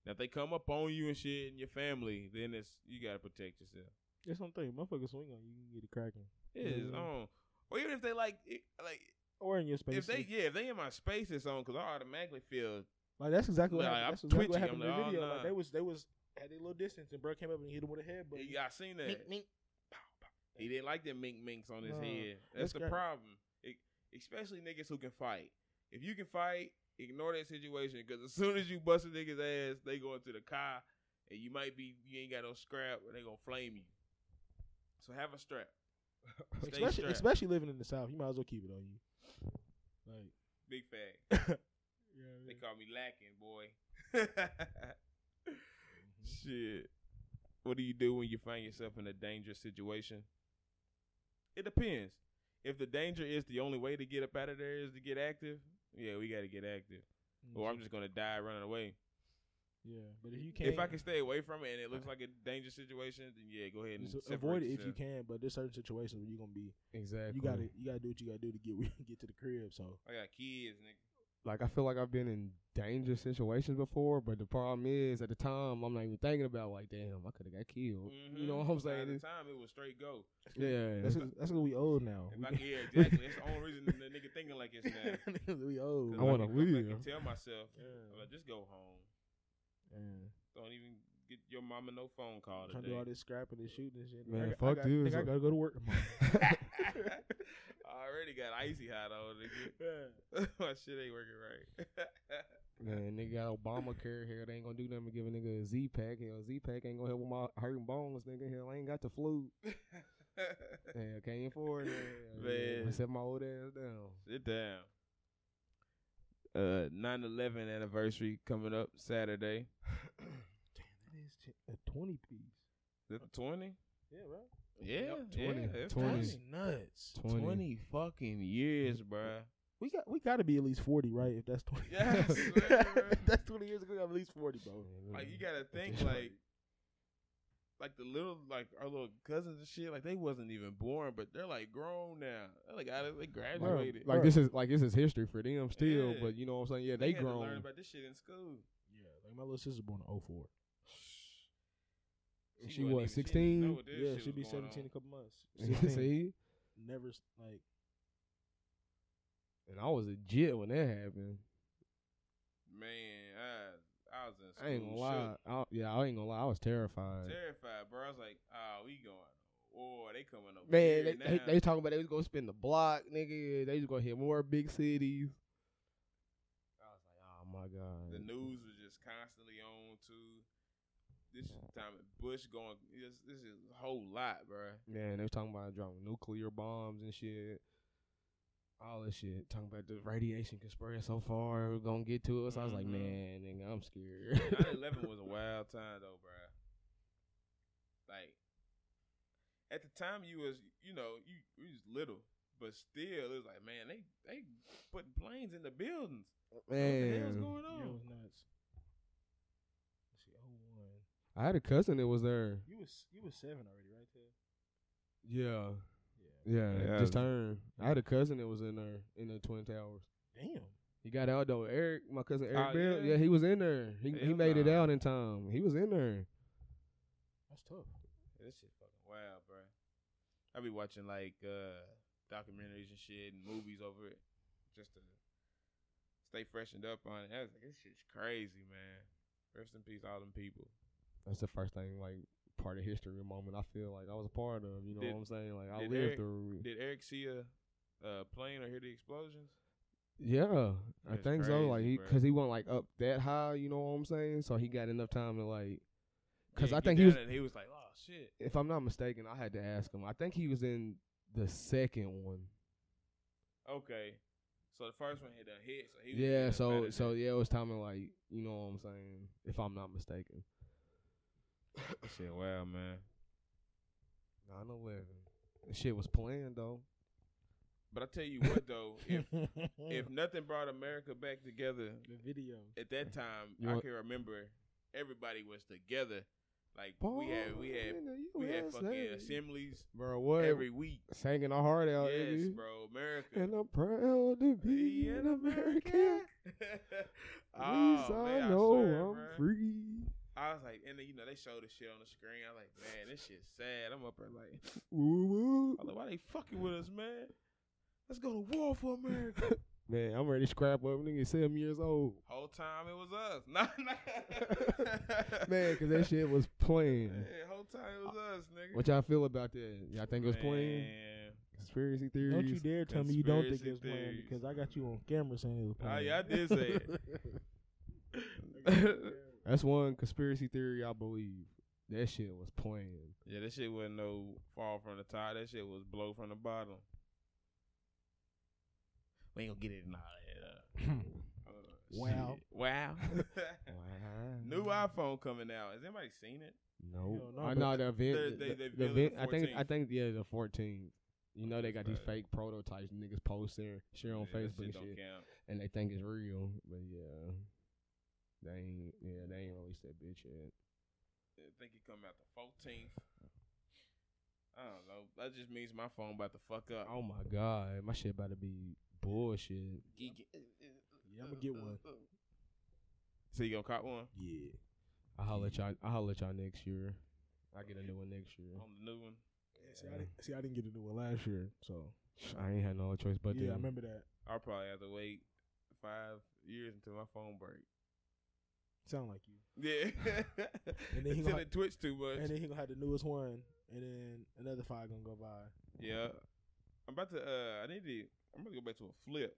Speaker 1: Now if they come up on you and shit and your family, then it's you gotta protect yourself.
Speaker 2: That's what I'm thinking. Motherfucker swing on you, you can get it cracking.
Speaker 1: It's
Speaker 2: Mhm.
Speaker 1: on. um, Or even if they like it- like
Speaker 2: Or in your space.
Speaker 1: if they yeah if they in my space it's on because I automatically feel
Speaker 2: Like that's exactly what
Speaker 1: Like,
Speaker 2: happened.
Speaker 1: I'm
Speaker 2: That's exactly what
Speaker 1: twitching.
Speaker 2: happened
Speaker 1: I'm
Speaker 2: in the
Speaker 1: like, oh,
Speaker 2: video.
Speaker 1: nah.
Speaker 2: Like they was they was at a little distance and bro came up and hit him with a headbutt.
Speaker 1: yeah, I seen that.
Speaker 2: Mink, mink.
Speaker 1: Pow, pow. He didn't like them mink minks on his
Speaker 2: No,
Speaker 1: head. That's
Speaker 2: that's
Speaker 1: the
Speaker 2: cra-
Speaker 1: problem. E- especially niggas who can fight. If you can fight, ignore that situation because as soon as you bust a nigga's ass, they go into the car and you might be you ain't got no scrap or they gonna flame you. So have a strap. Stay
Speaker 2: especially
Speaker 1: strapped.
Speaker 2: especially living in the south, you might as well keep it on you. Like
Speaker 1: Big fact.
Speaker 2: yeah,
Speaker 1: They call me lacking, boy. Shit. What do you do when you find yourself in a dangerous situation? It depends. If the danger is the only way to get up out of there is to get active, Yeah, we got to get active. Or Mm. I'm just gonna die running away.
Speaker 2: yeah, but if you can't,
Speaker 1: If I can stay away from it and it looks like a dangerous situation, then yeah, go ahead and
Speaker 2: just
Speaker 1: separate
Speaker 2: avoid it if
Speaker 1: yourself.
Speaker 2: you can. But there's certain situations where you're gonna be,
Speaker 3: Exactly.
Speaker 2: you gotta, you gotta do what you gotta do to get where you get to the crib. So
Speaker 1: I got kids, nigga.
Speaker 3: like I feel like I've been in dangerous situations before, but the problem is at the time I'm not even thinking about like, damn, I could have got killed. You
Speaker 2: Mm-hmm.
Speaker 3: know what I'm
Speaker 1: Mhm. By
Speaker 3: saying?
Speaker 1: the
Speaker 3: It's-
Speaker 1: time it was straight go.
Speaker 3: yeah,
Speaker 2: that's 'cause- that's because we old now.
Speaker 1: If
Speaker 2: We,
Speaker 1: I could, yeah, exactly. That's the only reason that nigga thinking like this now. 'Cause
Speaker 2: we old.
Speaker 3: I wanna
Speaker 1: can go back
Speaker 3: live.
Speaker 1: and Tell myself,
Speaker 2: Yeah.
Speaker 1: I'm like, just go home.
Speaker 2: Yeah.
Speaker 1: Don't even get your mama no phone call
Speaker 2: Trying to do all
Speaker 1: today.
Speaker 2: this scrapping and shooting and shit.
Speaker 3: Man,
Speaker 2: I got,
Speaker 3: fuck
Speaker 2: I got,
Speaker 3: this.
Speaker 2: think I gotta go to work tomorrow.
Speaker 1: I already got icy hot on nigga. My shit ain't working right.
Speaker 3: man, nigga got Obamacare here. They ain't gonna do nothing but give a nigga a Z pack. Hell, Z pack ain't gonna help with my hurting bones, nigga. Hell, I ain't got the flu. Hell, can't afford it. Hell, yeah,
Speaker 1: Man.
Speaker 3: set my old ass down.
Speaker 1: Sit down. Uh, 9/11 anniversary coming up Saturday.
Speaker 2: Damn, that is ch- a twenty piece.
Speaker 1: Is it the 20?
Speaker 2: Yeah, bro.
Speaker 1: Yeah,
Speaker 3: Yep, 20,
Speaker 1: yeah, it's
Speaker 3: 20.
Speaker 2: That's nuts.
Speaker 3: 20.
Speaker 1: 20 fucking years, bruh.
Speaker 2: We got we got to be at least forty, right? If that's twenty,
Speaker 1: Yeah, I swear, bro.
Speaker 2: If that's twenty years ago. I'm at least forty, bro.
Speaker 1: Like you gotta think,
Speaker 3: Detroit.
Speaker 1: like, like the little, like our little cousins and shit. Like they wasn't even born, but they're like grown now. They're like out of, they graduated.
Speaker 3: like
Speaker 2: Bruh.
Speaker 3: this is like this is history for them still,
Speaker 1: Yeah.
Speaker 3: but you know what I'm saying? Yeah, they,
Speaker 1: had to learn
Speaker 3: grown.
Speaker 1: about this shit in school.
Speaker 2: Yeah, like my little sister born in 04.
Speaker 3: And she
Speaker 1: wasn't
Speaker 3: what,
Speaker 1: even- she didn't
Speaker 3: 16?
Speaker 1: know what this
Speaker 2: Yeah,
Speaker 1: shit
Speaker 2: she'll
Speaker 1: was
Speaker 2: be
Speaker 1: going on.
Speaker 2: seventeen in a couple months. 16.
Speaker 3: See,
Speaker 2: Never s- like
Speaker 3: and I was a jit when that happened.
Speaker 1: Man, I, I was in school.
Speaker 3: I ain't gonna
Speaker 1: shook.
Speaker 3: lie. I, yeah, I ain't gonna lie. I was terrified.
Speaker 1: terrified, bro. I was like, oh, we going. Or they coming over
Speaker 3: Man,
Speaker 1: Man,
Speaker 3: they, they, they talking about they was gonna spin the block, nigga. They was gonna hit more big cities. I was like, oh my god.
Speaker 1: the news was just constantly on too. This is the time that Bush going. This, this is a whole lot, bro.
Speaker 3: Man, they was talking about dropping nuclear bombs and shit. All this shit. Talking about the radiation can spread so far, it was gonna get to us. I was like,
Speaker 1: Mhm.
Speaker 3: man, nigga, I'm scared.
Speaker 1: 9/11 was a wild time though, bro. Like at the time you was, you know, you you was little, but still it was like, man, they they putting planes in the buildings. What the hell's
Speaker 3: man.
Speaker 1: going
Speaker 2: yeah, it
Speaker 1: on?
Speaker 2: was nuts. Let's see, 01.
Speaker 3: I had a cousin that was there.
Speaker 2: You was you was seven already, right? Ted?
Speaker 3: Yeah.
Speaker 2: Yeah.
Speaker 3: Yeah.
Speaker 1: Yeah,
Speaker 3: just
Speaker 1: I
Speaker 3: turned. I had a cousin that was in there in the Twin Towers.
Speaker 2: Damn.
Speaker 3: He got out though. Eric, my cousin Eric
Speaker 1: Oh,
Speaker 3: Bell.
Speaker 1: yeah?
Speaker 3: Yeah. he was in there. He, he
Speaker 1: Hell
Speaker 3: made it
Speaker 1: nah.
Speaker 3: out in time. He was in there.
Speaker 2: That's tough.
Speaker 1: This shit fucking wild, bro. I be watching like uh documentaries and shit and movies over it just to stay freshened up on it. I was like, this shit's crazy, man. Rest in peace, all them people.
Speaker 3: That's the first thing like part of history moment I feel like I was a part of. You know
Speaker 1: Did-
Speaker 3: what I'm saying? Like I
Speaker 1: did
Speaker 3: lived
Speaker 1: Eric-
Speaker 3: through. it.
Speaker 1: Did Eric see a uh, plane or hear the explosions?
Speaker 3: yeah, I
Speaker 1: That's
Speaker 3: think so. Like
Speaker 1: crazy,
Speaker 3: he
Speaker 1: bruh.
Speaker 3: because he wasn't like up that high. You know what I'm saying? So he got enough time to like. Because
Speaker 1: Yeah,
Speaker 3: I
Speaker 1: get
Speaker 3: think he was,
Speaker 1: down and he was like, oh shit.
Speaker 3: if I'm not mistaken, I had to ask him. I think he was in the second one.
Speaker 1: Okay. So the first one hit a hit, so he was
Speaker 3: Yeah,
Speaker 1: getting up out
Speaker 3: so
Speaker 1: of
Speaker 3: so
Speaker 1: there.
Speaker 3: yeah, it was time to like you know what I'm saying. If I'm not mistaken,
Speaker 1: shit, wow, man.
Speaker 3: 9/11. The shit was planned though.
Speaker 1: But I tell you what though, if if
Speaker 2: if
Speaker 1: nothing brought America back together,
Speaker 2: the video,
Speaker 1: at that time,
Speaker 3: You
Speaker 1: I
Speaker 3: want-
Speaker 1: can remember everybody was together. Like we had, we had, we had fucking assemblies
Speaker 3: bro. What
Speaker 1: every week.
Speaker 3: singing our heart out,
Speaker 1: yes,
Speaker 3: nigga.
Speaker 1: bro,
Speaker 3: And
Speaker 1: America.
Speaker 3: I'm proud to be
Speaker 1: Be
Speaker 3: an
Speaker 1: an
Speaker 3: American. At least
Speaker 1: oh
Speaker 3: I
Speaker 1: man, I,
Speaker 3: know
Speaker 1: swear,
Speaker 3: I'm
Speaker 1: bruh.
Speaker 3: free.
Speaker 1: I was like, and then you know they showed the shit on the screen. I was like, man, this shit's sad. I'm up there like,
Speaker 3: Woo woo.
Speaker 1: I was like, why they fucking with us, man? Let's go to war for America.
Speaker 3: Man, I'm ready to scrap up, nigga. Seven years old,
Speaker 1: Whole time it was us. Nah, nah.
Speaker 3: man, because that shit was planned.
Speaker 1: Yeah, whole time it was us, nigga.
Speaker 3: What y'all feel about that? Y'all think it was planned?
Speaker 1: Man.
Speaker 3: Conspiracy theories.
Speaker 2: don't you dare tell me you don't think
Speaker 1: Conspiracy
Speaker 2: it's planned
Speaker 1: theories.
Speaker 2: because I got you on camera saying it was
Speaker 1: Oh,
Speaker 2: planned.
Speaker 1: yeah, I did say it.
Speaker 3: That's one conspiracy theory I believe. That shit was planned.
Speaker 1: yeah, that shit wasn't no fall from the top. That shit was blow from the bottom. We ain't gonna get it in all that. Uh, uh,
Speaker 2: Wow.
Speaker 1: shit. Wow. New
Speaker 3: Wow.
Speaker 1: iPhone coming out. Has anybody seen it?
Speaker 3: No,
Speaker 2: Hell no,
Speaker 3: I
Speaker 2: but
Speaker 3: know the event.
Speaker 1: they-
Speaker 3: the-
Speaker 1: they
Speaker 3: the
Speaker 1: revealed
Speaker 3: event-
Speaker 1: the
Speaker 3: I think I
Speaker 1: 14th.
Speaker 3: think yeah, the 14th. You know they got these
Speaker 1: Right.
Speaker 3: fake prototypes niggas posting, share on
Speaker 1: Yeah, that
Speaker 3: Facebook and
Speaker 1: don't
Speaker 3: shit.
Speaker 1: count.
Speaker 3: and they think it's real, but yeah, they ain't. Yeah, they ain't released that bitch yet.
Speaker 1: I think it come out the fourteenth. I don't know. That just means my phone about to fuck up.
Speaker 3: Oh my god, my shit about to be bullshit.
Speaker 1: Geek-
Speaker 2: Yeah, I'ma get one.
Speaker 1: So you gonna cop one
Speaker 2: Yeah.
Speaker 3: I holler at y'all. I holler at y'all next year. I get a new one next year.
Speaker 1: on the new one?
Speaker 2: See, I didn't, see, I didn't get a new one last year, so
Speaker 3: I ain't had no other choice but
Speaker 2: yeah,
Speaker 3: to-
Speaker 2: I remember that.
Speaker 1: I'll probably have to wait five years until my phone break.
Speaker 2: Sound like you.
Speaker 1: Yeah,
Speaker 2: And then he
Speaker 1: until
Speaker 2: gonna-
Speaker 1: it twitch too much.
Speaker 2: And then he gonna have the newest one, and then another five gonna go by.
Speaker 1: yeah, I'm about to. Uh, I need to. I'm about to go back to a flip.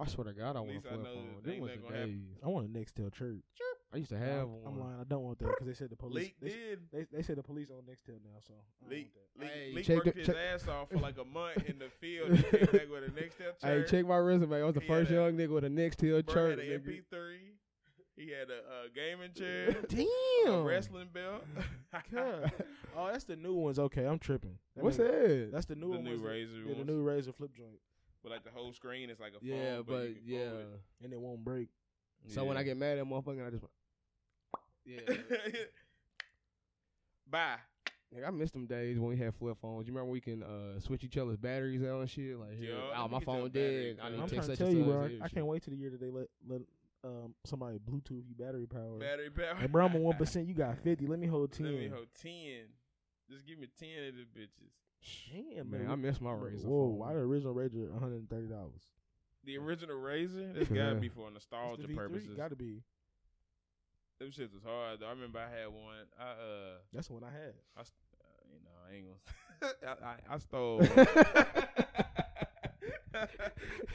Speaker 3: I swear to God, I
Speaker 1: At
Speaker 3: want a
Speaker 1: least I
Speaker 3: flip
Speaker 1: know
Speaker 3: phone.
Speaker 1: that
Speaker 3: Them
Speaker 1: ain't
Speaker 3: was
Speaker 1: nothing
Speaker 3: the
Speaker 1: gonna happen.
Speaker 3: days.
Speaker 2: I want a Nextel church.
Speaker 3: I used to have
Speaker 2: I'm,
Speaker 3: one.
Speaker 2: I'm lying. I don't want that because they said the police.
Speaker 1: Leak
Speaker 2: They,
Speaker 1: did.
Speaker 2: they, they said the police on Nextel now, so I don't
Speaker 1: Leak,
Speaker 2: want that.
Speaker 1: Leak,
Speaker 3: Hey,
Speaker 1: Leak
Speaker 3: check
Speaker 1: worked
Speaker 3: the-
Speaker 1: his
Speaker 3: check-
Speaker 1: ass off for like a month in the field. and came back with the next step
Speaker 3: Hey,
Speaker 1: church.
Speaker 3: check my resume. I was the
Speaker 1: He had
Speaker 3: first
Speaker 1: a-
Speaker 3: young nigga with a next hill
Speaker 1: Bro
Speaker 3: church.
Speaker 1: had an
Speaker 3: nigga.
Speaker 1: MP3. He had a uh, gaming chair. A
Speaker 3: Damn.
Speaker 1: wrestling belt.
Speaker 3: God.
Speaker 2: Oh, that's the new ones. Okay, I'm tripping. That
Speaker 3: What's
Speaker 2: ain't-
Speaker 3: that?
Speaker 2: That's the
Speaker 1: the
Speaker 2: new one.
Speaker 1: new
Speaker 2: was the-
Speaker 1: razor.
Speaker 2: yeah, the
Speaker 1: ones.
Speaker 2: new razor flip joint,
Speaker 1: But like the whole screen is like a phone.
Speaker 3: yeah, but,
Speaker 1: you can
Speaker 3: yeah.
Speaker 1: fold it.
Speaker 2: and it won't break.
Speaker 3: So when I
Speaker 1: Yeah.
Speaker 3: get mad at motherfucker, I just yeah.
Speaker 1: Bye.
Speaker 3: Nigga, I miss them days when we had flip phones. You remember we can uh, switch each other's batteries out and shit. Like, here,
Speaker 1: Yeah, let me
Speaker 3: oh my
Speaker 1: get your
Speaker 3: phone
Speaker 1: battery,
Speaker 3: dead. I
Speaker 1: cuz.
Speaker 3: need
Speaker 2: I'm
Speaker 3: to
Speaker 2: trying
Speaker 3: text
Speaker 2: to
Speaker 3: such
Speaker 2: tell
Speaker 3: and
Speaker 2: you,
Speaker 3: such.
Speaker 2: bro.
Speaker 3: Yeah,
Speaker 2: I
Speaker 3: shit.
Speaker 2: can't wait to the year that they let let um somebody Bluetooth you battery power.
Speaker 1: Battery power.
Speaker 2: Hey, bro, I'm a one percent. You got fifty. Let me hold ten.
Speaker 1: Let me hold 10. Just give me 10 of the bitches.
Speaker 2: Damn,
Speaker 3: man, I miss my razor.
Speaker 2: Whoa,
Speaker 3: phone.
Speaker 2: why the original Razor one hundred and thirty dollars?
Speaker 1: The original Razor, that's gotta be for nostalgia purposes.
Speaker 2: Got to be.
Speaker 1: Them shits was hard though. I remember I had one. I uh,
Speaker 2: That's the one I had.
Speaker 1: I, st- uh, you know, I ain't gonna. I, I, I stole.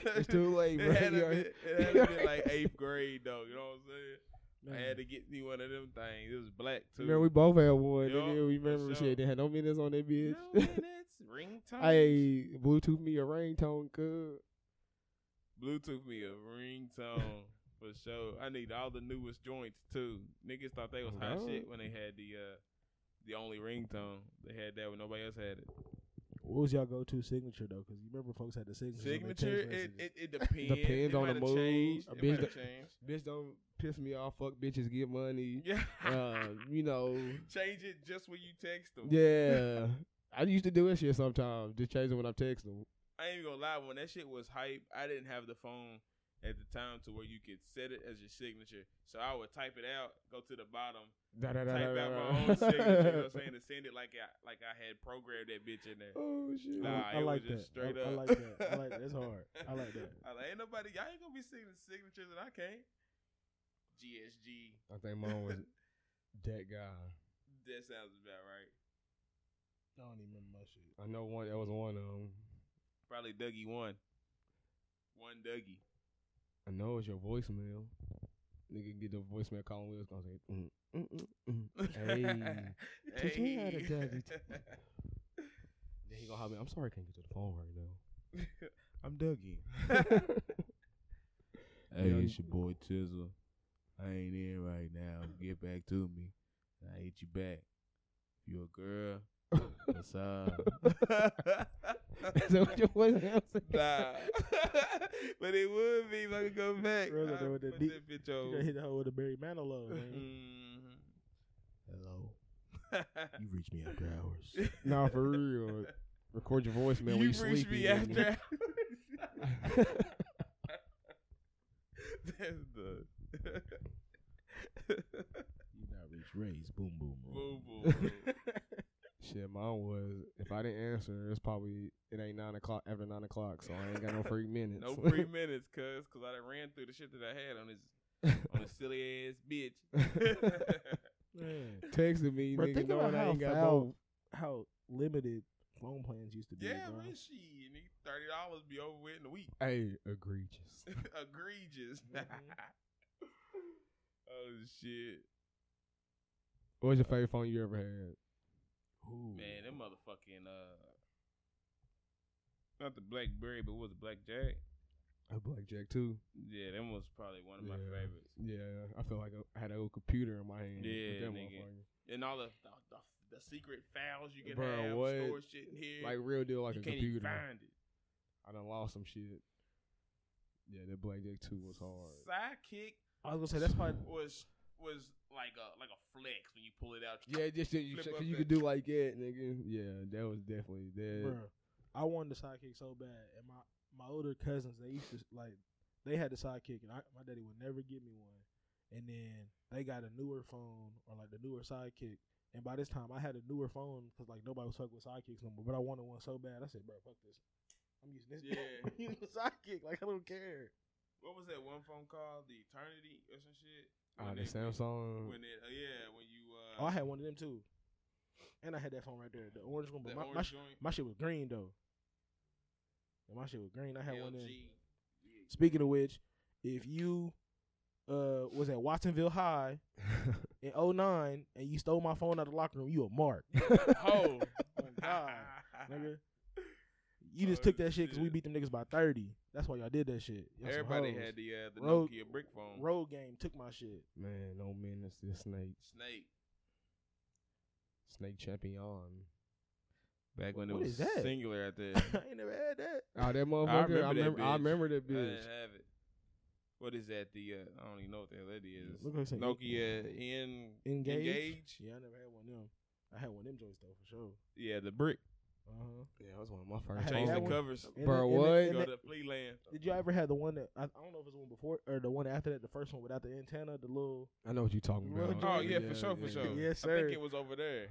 Speaker 1: it's
Speaker 3: It's too late, bro.
Speaker 1: It had,
Speaker 3: You
Speaker 1: to
Speaker 3: already-
Speaker 1: be, it had to be like eighth grade though. You know what I'm
Speaker 2: Man,
Speaker 1: saying? I had to get me one of them things. It was black too.
Speaker 3: Remember, we both had one.
Speaker 1: Yup,
Speaker 3: nigga, we
Speaker 1: for
Speaker 3: remember
Speaker 1: sure.
Speaker 3: shit. They had no minutes on that bitch.
Speaker 1: no minutes, ringtone.
Speaker 3: Hey, Bluetooth me a ringtone, cuz.
Speaker 1: Bluetooth me a ringtone for sure. I need all the newest joints too. Niggas thought they was hot
Speaker 3: Alright.
Speaker 1: shit when they had the uh, the only ringtone. They had that when nobody else had it.
Speaker 2: what was y'all go to signature though? Because you remember folks had the signature.
Speaker 1: Signature, it, it, it depends.
Speaker 3: Depends
Speaker 1: it
Speaker 3: on the
Speaker 1: might've
Speaker 3: mood.
Speaker 1: Changed.
Speaker 3: A
Speaker 1: It
Speaker 3: bitch
Speaker 1: might
Speaker 3: that-
Speaker 1: have changed.
Speaker 3: Bitch, don't piss me off. Fuck bitches, get money.
Speaker 1: Yeah.
Speaker 3: uh, you know,
Speaker 1: Change it just when you text them.
Speaker 3: yeah. I used to do that shit sometimes. Just change it when I'm texting.
Speaker 1: I ain't even gonna lie, when that shit was hype, I didn't have the phone at the time to where you could set it as your signature. So I would type it out, go to the bottom,
Speaker 3: Da, da, da,
Speaker 1: type out
Speaker 3: da, da,
Speaker 1: my
Speaker 3: da.
Speaker 1: own signature, you know what I'm saying, and send it like I like I had programmed that bitch in there.
Speaker 3: Oh shit.
Speaker 1: Nah, it
Speaker 2: I
Speaker 1: was
Speaker 2: like
Speaker 1: just
Speaker 2: that. I-
Speaker 1: straight
Speaker 2: I
Speaker 1: up.
Speaker 2: like that. I like that. That's hard. I like that.
Speaker 1: I like, ain't nobody y'all ain't gonna be seeing the signatures that I can't. GSG.
Speaker 3: I think mine was that guy.
Speaker 1: That sounds about right.
Speaker 2: I don't even remember my shit.
Speaker 3: I know one. That was one of them.
Speaker 1: Probably Dougie one. One Dougie.
Speaker 3: I know it's your voicemail. Nigga, get the voicemail calling Will. It's gonna say, mm, mm, mm, mm. hey. Teach me how to
Speaker 1: Hey.
Speaker 3: Dougie. Then he gonna holler at me. I'm sorry, I can't get to the phone right now.
Speaker 1: I'm Dougie. Hey,
Speaker 3: Young-
Speaker 1: it's your boy Tizzle. I ain't in right now. Get back to me. I hit you back. You a girl? What's up?
Speaker 3: Is that what your voicemail said?
Speaker 1: nah. but it would be if I could go back.
Speaker 2: Brother,
Speaker 1: I'd
Speaker 2: with the
Speaker 1: put
Speaker 2: deep-
Speaker 1: that bitch
Speaker 2: You gotta
Speaker 1: on.
Speaker 2: hit the hole with a Barry Manilow. Man.
Speaker 1: Mhm.
Speaker 2: Hello, you reach me after hours.
Speaker 3: Nah, for real. Record your voicemail when
Speaker 1: you
Speaker 3: you
Speaker 1: reached
Speaker 3: sleepy.
Speaker 1: me
Speaker 3: and-
Speaker 1: after hours. That's the
Speaker 2: You not reach Ray's. Boom, boom,
Speaker 1: boom
Speaker 3: Um,
Speaker 1: boom. boom.
Speaker 3: Shit, mine was if I didn't answer, it's probably it ain't nine o'clock after nine o'clock, so I ain't got no free minutes.
Speaker 1: No three minutes, cuz, cause I done ran through the shit that I had on this on this silly ass bitch.
Speaker 2: Man.
Speaker 3: Texted me,
Speaker 2: Bro,
Speaker 3: nigga,
Speaker 2: think
Speaker 3: knowing
Speaker 2: about
Speaker 3: I
Speaker 2: how
Speaker 3: ain't got both.
Speaker 2: foul, how limited phone plans used to be.
Speaker 1: yeah,
Speaker 2: bro.
Speaker 1: man, she nigga, thirty dollars be over with in a week.
Speaker 3: Hey, egregious.
Speaker 1: Egregious.
Speaker 2: Mhm.
Speaker 3: Mm-hmm.
Speaker 1: oh shit,
Speaker 3: What was your favorite phone you ever had?
Speaker 2: Ooh.
Speaker 1: man, that motherfucking uh, not the BlackBerry, but what was it BlackJack?
Speaker 3: A blackjack too.
Speaker 1: Yeah, that was probably one of my
Speaker 3: Yeah.
Speaker 1: favorites.
Speaker 3: Yeah, I feel like I had a old computer in my hand. with
Speaker 1: Yeah,
Speaker 3: that
Speaker 1: nigga.
Speaker 3: motherfucker.
Speaker 1: And all the the, the, the secret files you can
Speaker 3: Bruh,
Speaker 1: have,
Speaker 3: what?
Speaker 1: store shit in here.
Speaker 3: like real deal, like
Speaker 1: you
Speaker 3: a
Speaker 1: can't even
Speaker 3: computer.
Speaker 1: find it.
Speaker 3: I done lost some shit. Yeah, that blackjack two was hard.
Speaker 1: Sidekick
Speaker 2: I was gonna say that's probably
Speaker 1: was was like a like a flex when you pull it out.
Speaker 3: Yeah, just that you,
Speaker 1: Flip
Speaker 3: sh-
Speaker 1: up
Speaker 3: cause you
Speaker 1: that
Speaker 3: could do like that, nigga. Yeah, that was definitely that.
Speaker 2: Bruh, I wanted a sidekick so bad, and my my older cousins they used to like they had the sidekick, and I, my daddy would never get me one. And then they got a newer phone or like the newer sidekick, and by this time I had a newer phone because like nobody was fucking with sidekicks no more. But I wanted one so bad, I said, bro, fuck this. I'm using this.
Speaker 1: Yeah.
Speaker 2: I'm using the sidekick. Like I don't care.
Speaker 1: What was that one phone call? The eternity or some shit. When
Speaker 3: Oh,
Speaker 2: Ah,
Speaker 3: the
Speaker 1: it-
Speaker 3: Samsung.
Speaker 1: When it, uh, yeah, when you. Uh,
Speaker 2: Oh, I had one of them too, and I had that phone right there, the orange one.
Speaker 1: that
Speaker 2: But my my,
Speaker 1: orange
Speaker 2: sh-
Speaker 1: joint,
Speaker 2: my shit was green though. And my shit was green. I had one. of them.
Speaker 1: LG. Yeah.
Speaker 2: Speaking of which, if you uh was at Watsonville High in 09 and you stole my phone out of the locker room, you a mark.
Speaker 1: Oh,
Speaker 2: God, nigga. You just
Speaker 1: Oh,
Speaker 2: took that shit because we
Speaker 1: shit.
Speaker 2: beat them niggas by 30. That's why y'all did that shit. Y'all some
Speaker 1: Everybody
Speaker 2: hoes.
Speaker 1: had the uh, the
Speaker 2: Road-
Speaker 1: Nokia brick phone.
Speaker 2: road game took my shit.
Speaker 3: Man, no menace to snake.
Speaker 1: Snake.
Speaker 3: Snake champion.
Speaker 1: Back when
Speaker 2: What is that?
Speaker 1: singular at
Speaker 2: I
Speaker 1: the.
Speaker 2: ain't never had that.
Speaker 3: Oh, that motherfucker! I
Speaker 1: remember that
Speaker 3: remember. I
Speaker 1: bitch. Uh,
Speaker 3: remember that
Speaker 1: I
Speaker 3: bitch.
Speaker 1: didn't have it. What is that? The uh, I don't even know what the hell that is.
Speaker 2: Look like something-
Speaker 1: Nokia N
Speaker 2: Engage?
Speaker 1: Engage?
Speaker 2: Yeah, I never had one of them. I had one of them joints though for sure.
Speaker 1: Yeah, the brick.
Speaker 2: Uh huh.
Speaker 3: Yeah, that was one of my
Speaker 2: I
Speaker 3: first.
Speaker 2: had
Speaker 1: Change
Speaker 2: that
Speaker 1: the
Speaker 3: phones.
Speaker 1: covers.
Speaker 2: one.
Speaker 3: Bro, what?
Speaker 1: Go
Speaker 3: and
Speaker 1: to Fleeland.
Speaker 2: Did you ever have the one that I, I don't know if it's the one before or the one after that, the first one without the antenna, the little
Speaker 3: I know what you're talking
Speaker 2: Road
Speaker 3: about.
Speaker 1: Oh
Speaker 2: joint?
Speaker 1: yeah, for sure, for sure.
Speaker 2: Yeah. Yes,
Speaker 1: I
Speaker 2: sir.
Speaker 1: think it was over there,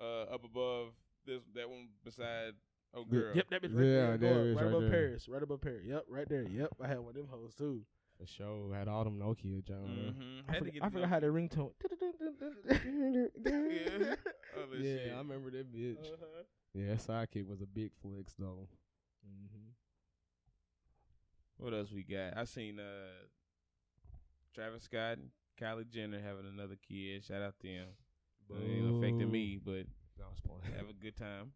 Speaker 1: uh, up above this that one beside. Oh
Speaker 3: Yeah.
Speaker 1: girl.
Speaker 2: Yep, that bitch right
Speaker 3: Yeah,
Speaker 2: there. Go up,
Speaker 3: there it is,
Speaker 2: right,
Speaker 3: right
Speaker 2: above
Speaker 3: there.
Speaker 2: Paris. Right above Paris. Yep, right there. Yep, I had one of them hoes too.
Speaker 3: For sure, had all them Nokia, John.
Speaker 1: Mm-hmm.
Speaker 2: I,
Speaker 1: Had to
Speaker 2: forg-
Speaker 1: get
Speaker 2: I
Speaker 1: the
Speaker 2: forgot how the ringtone.
Speaker 1: Yeah. other
Speaker 3: Yeah,
Speaker 1: shit. Uh.
Speaker 3: I remember that bitch.
Speaker 2: Uh-huh.
Speaker 3: Yeah, that sidekick was a big flex though.
Speaker 1: What else we got? I seen uh, Travis Scott, and Kylie Jenner having another kid. Shout out to them. But it ain't affecting
Speaker 3: Boo.
Speaker 1: me, but
Speaker 3: No, I was playing.
Speaker 1: have a good time.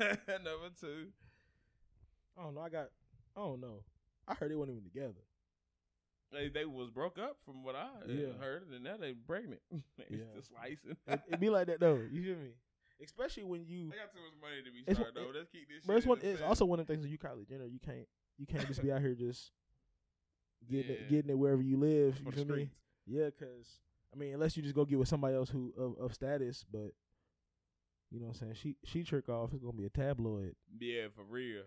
Speaker 1: Number two.
Speaker 2: I don't know. I got. I don't know. I heard they weren't even together.
Speaker 1: They, they was broke up from what I uh,
Speaker 2: Yeah.
Speaker 1: heard, and now they pregnant. it's
Speaker 2: Yeah.
Speaker 1: just slicing.
Speaker 2: It, it be like that though. You feel me? Especially when you.
Speaker 1: I got too much money to be
Speaker 2: It's
Speaker 1: sorry
Speaker 2: one-
Speaker 1: though. Let's keep this.
Speaker 2: But it's
Speaker 1: shit
Speaker 2: one.
Speaker 1: in the
Speaker 2: It's
Speaker 1: family.
Speaker 2: also one of the things that you Kylie Jenner. You can't. You can't just be out here just getting
Speaker 1: Yeah.
Speaker 2: it, getting it wherever you live.
Speaker 1: For
Speaker 2: You
Speaker 1: the
Speaker 2: feel me?
Speaker 1: streets.
Speaker 2: Yeah, because I mean, unless you just go get with somebody else who of, of status, but you know what I'm saying. She she trick off. It's gonna be a tabloid.
Speaker 1: Yeah, for real.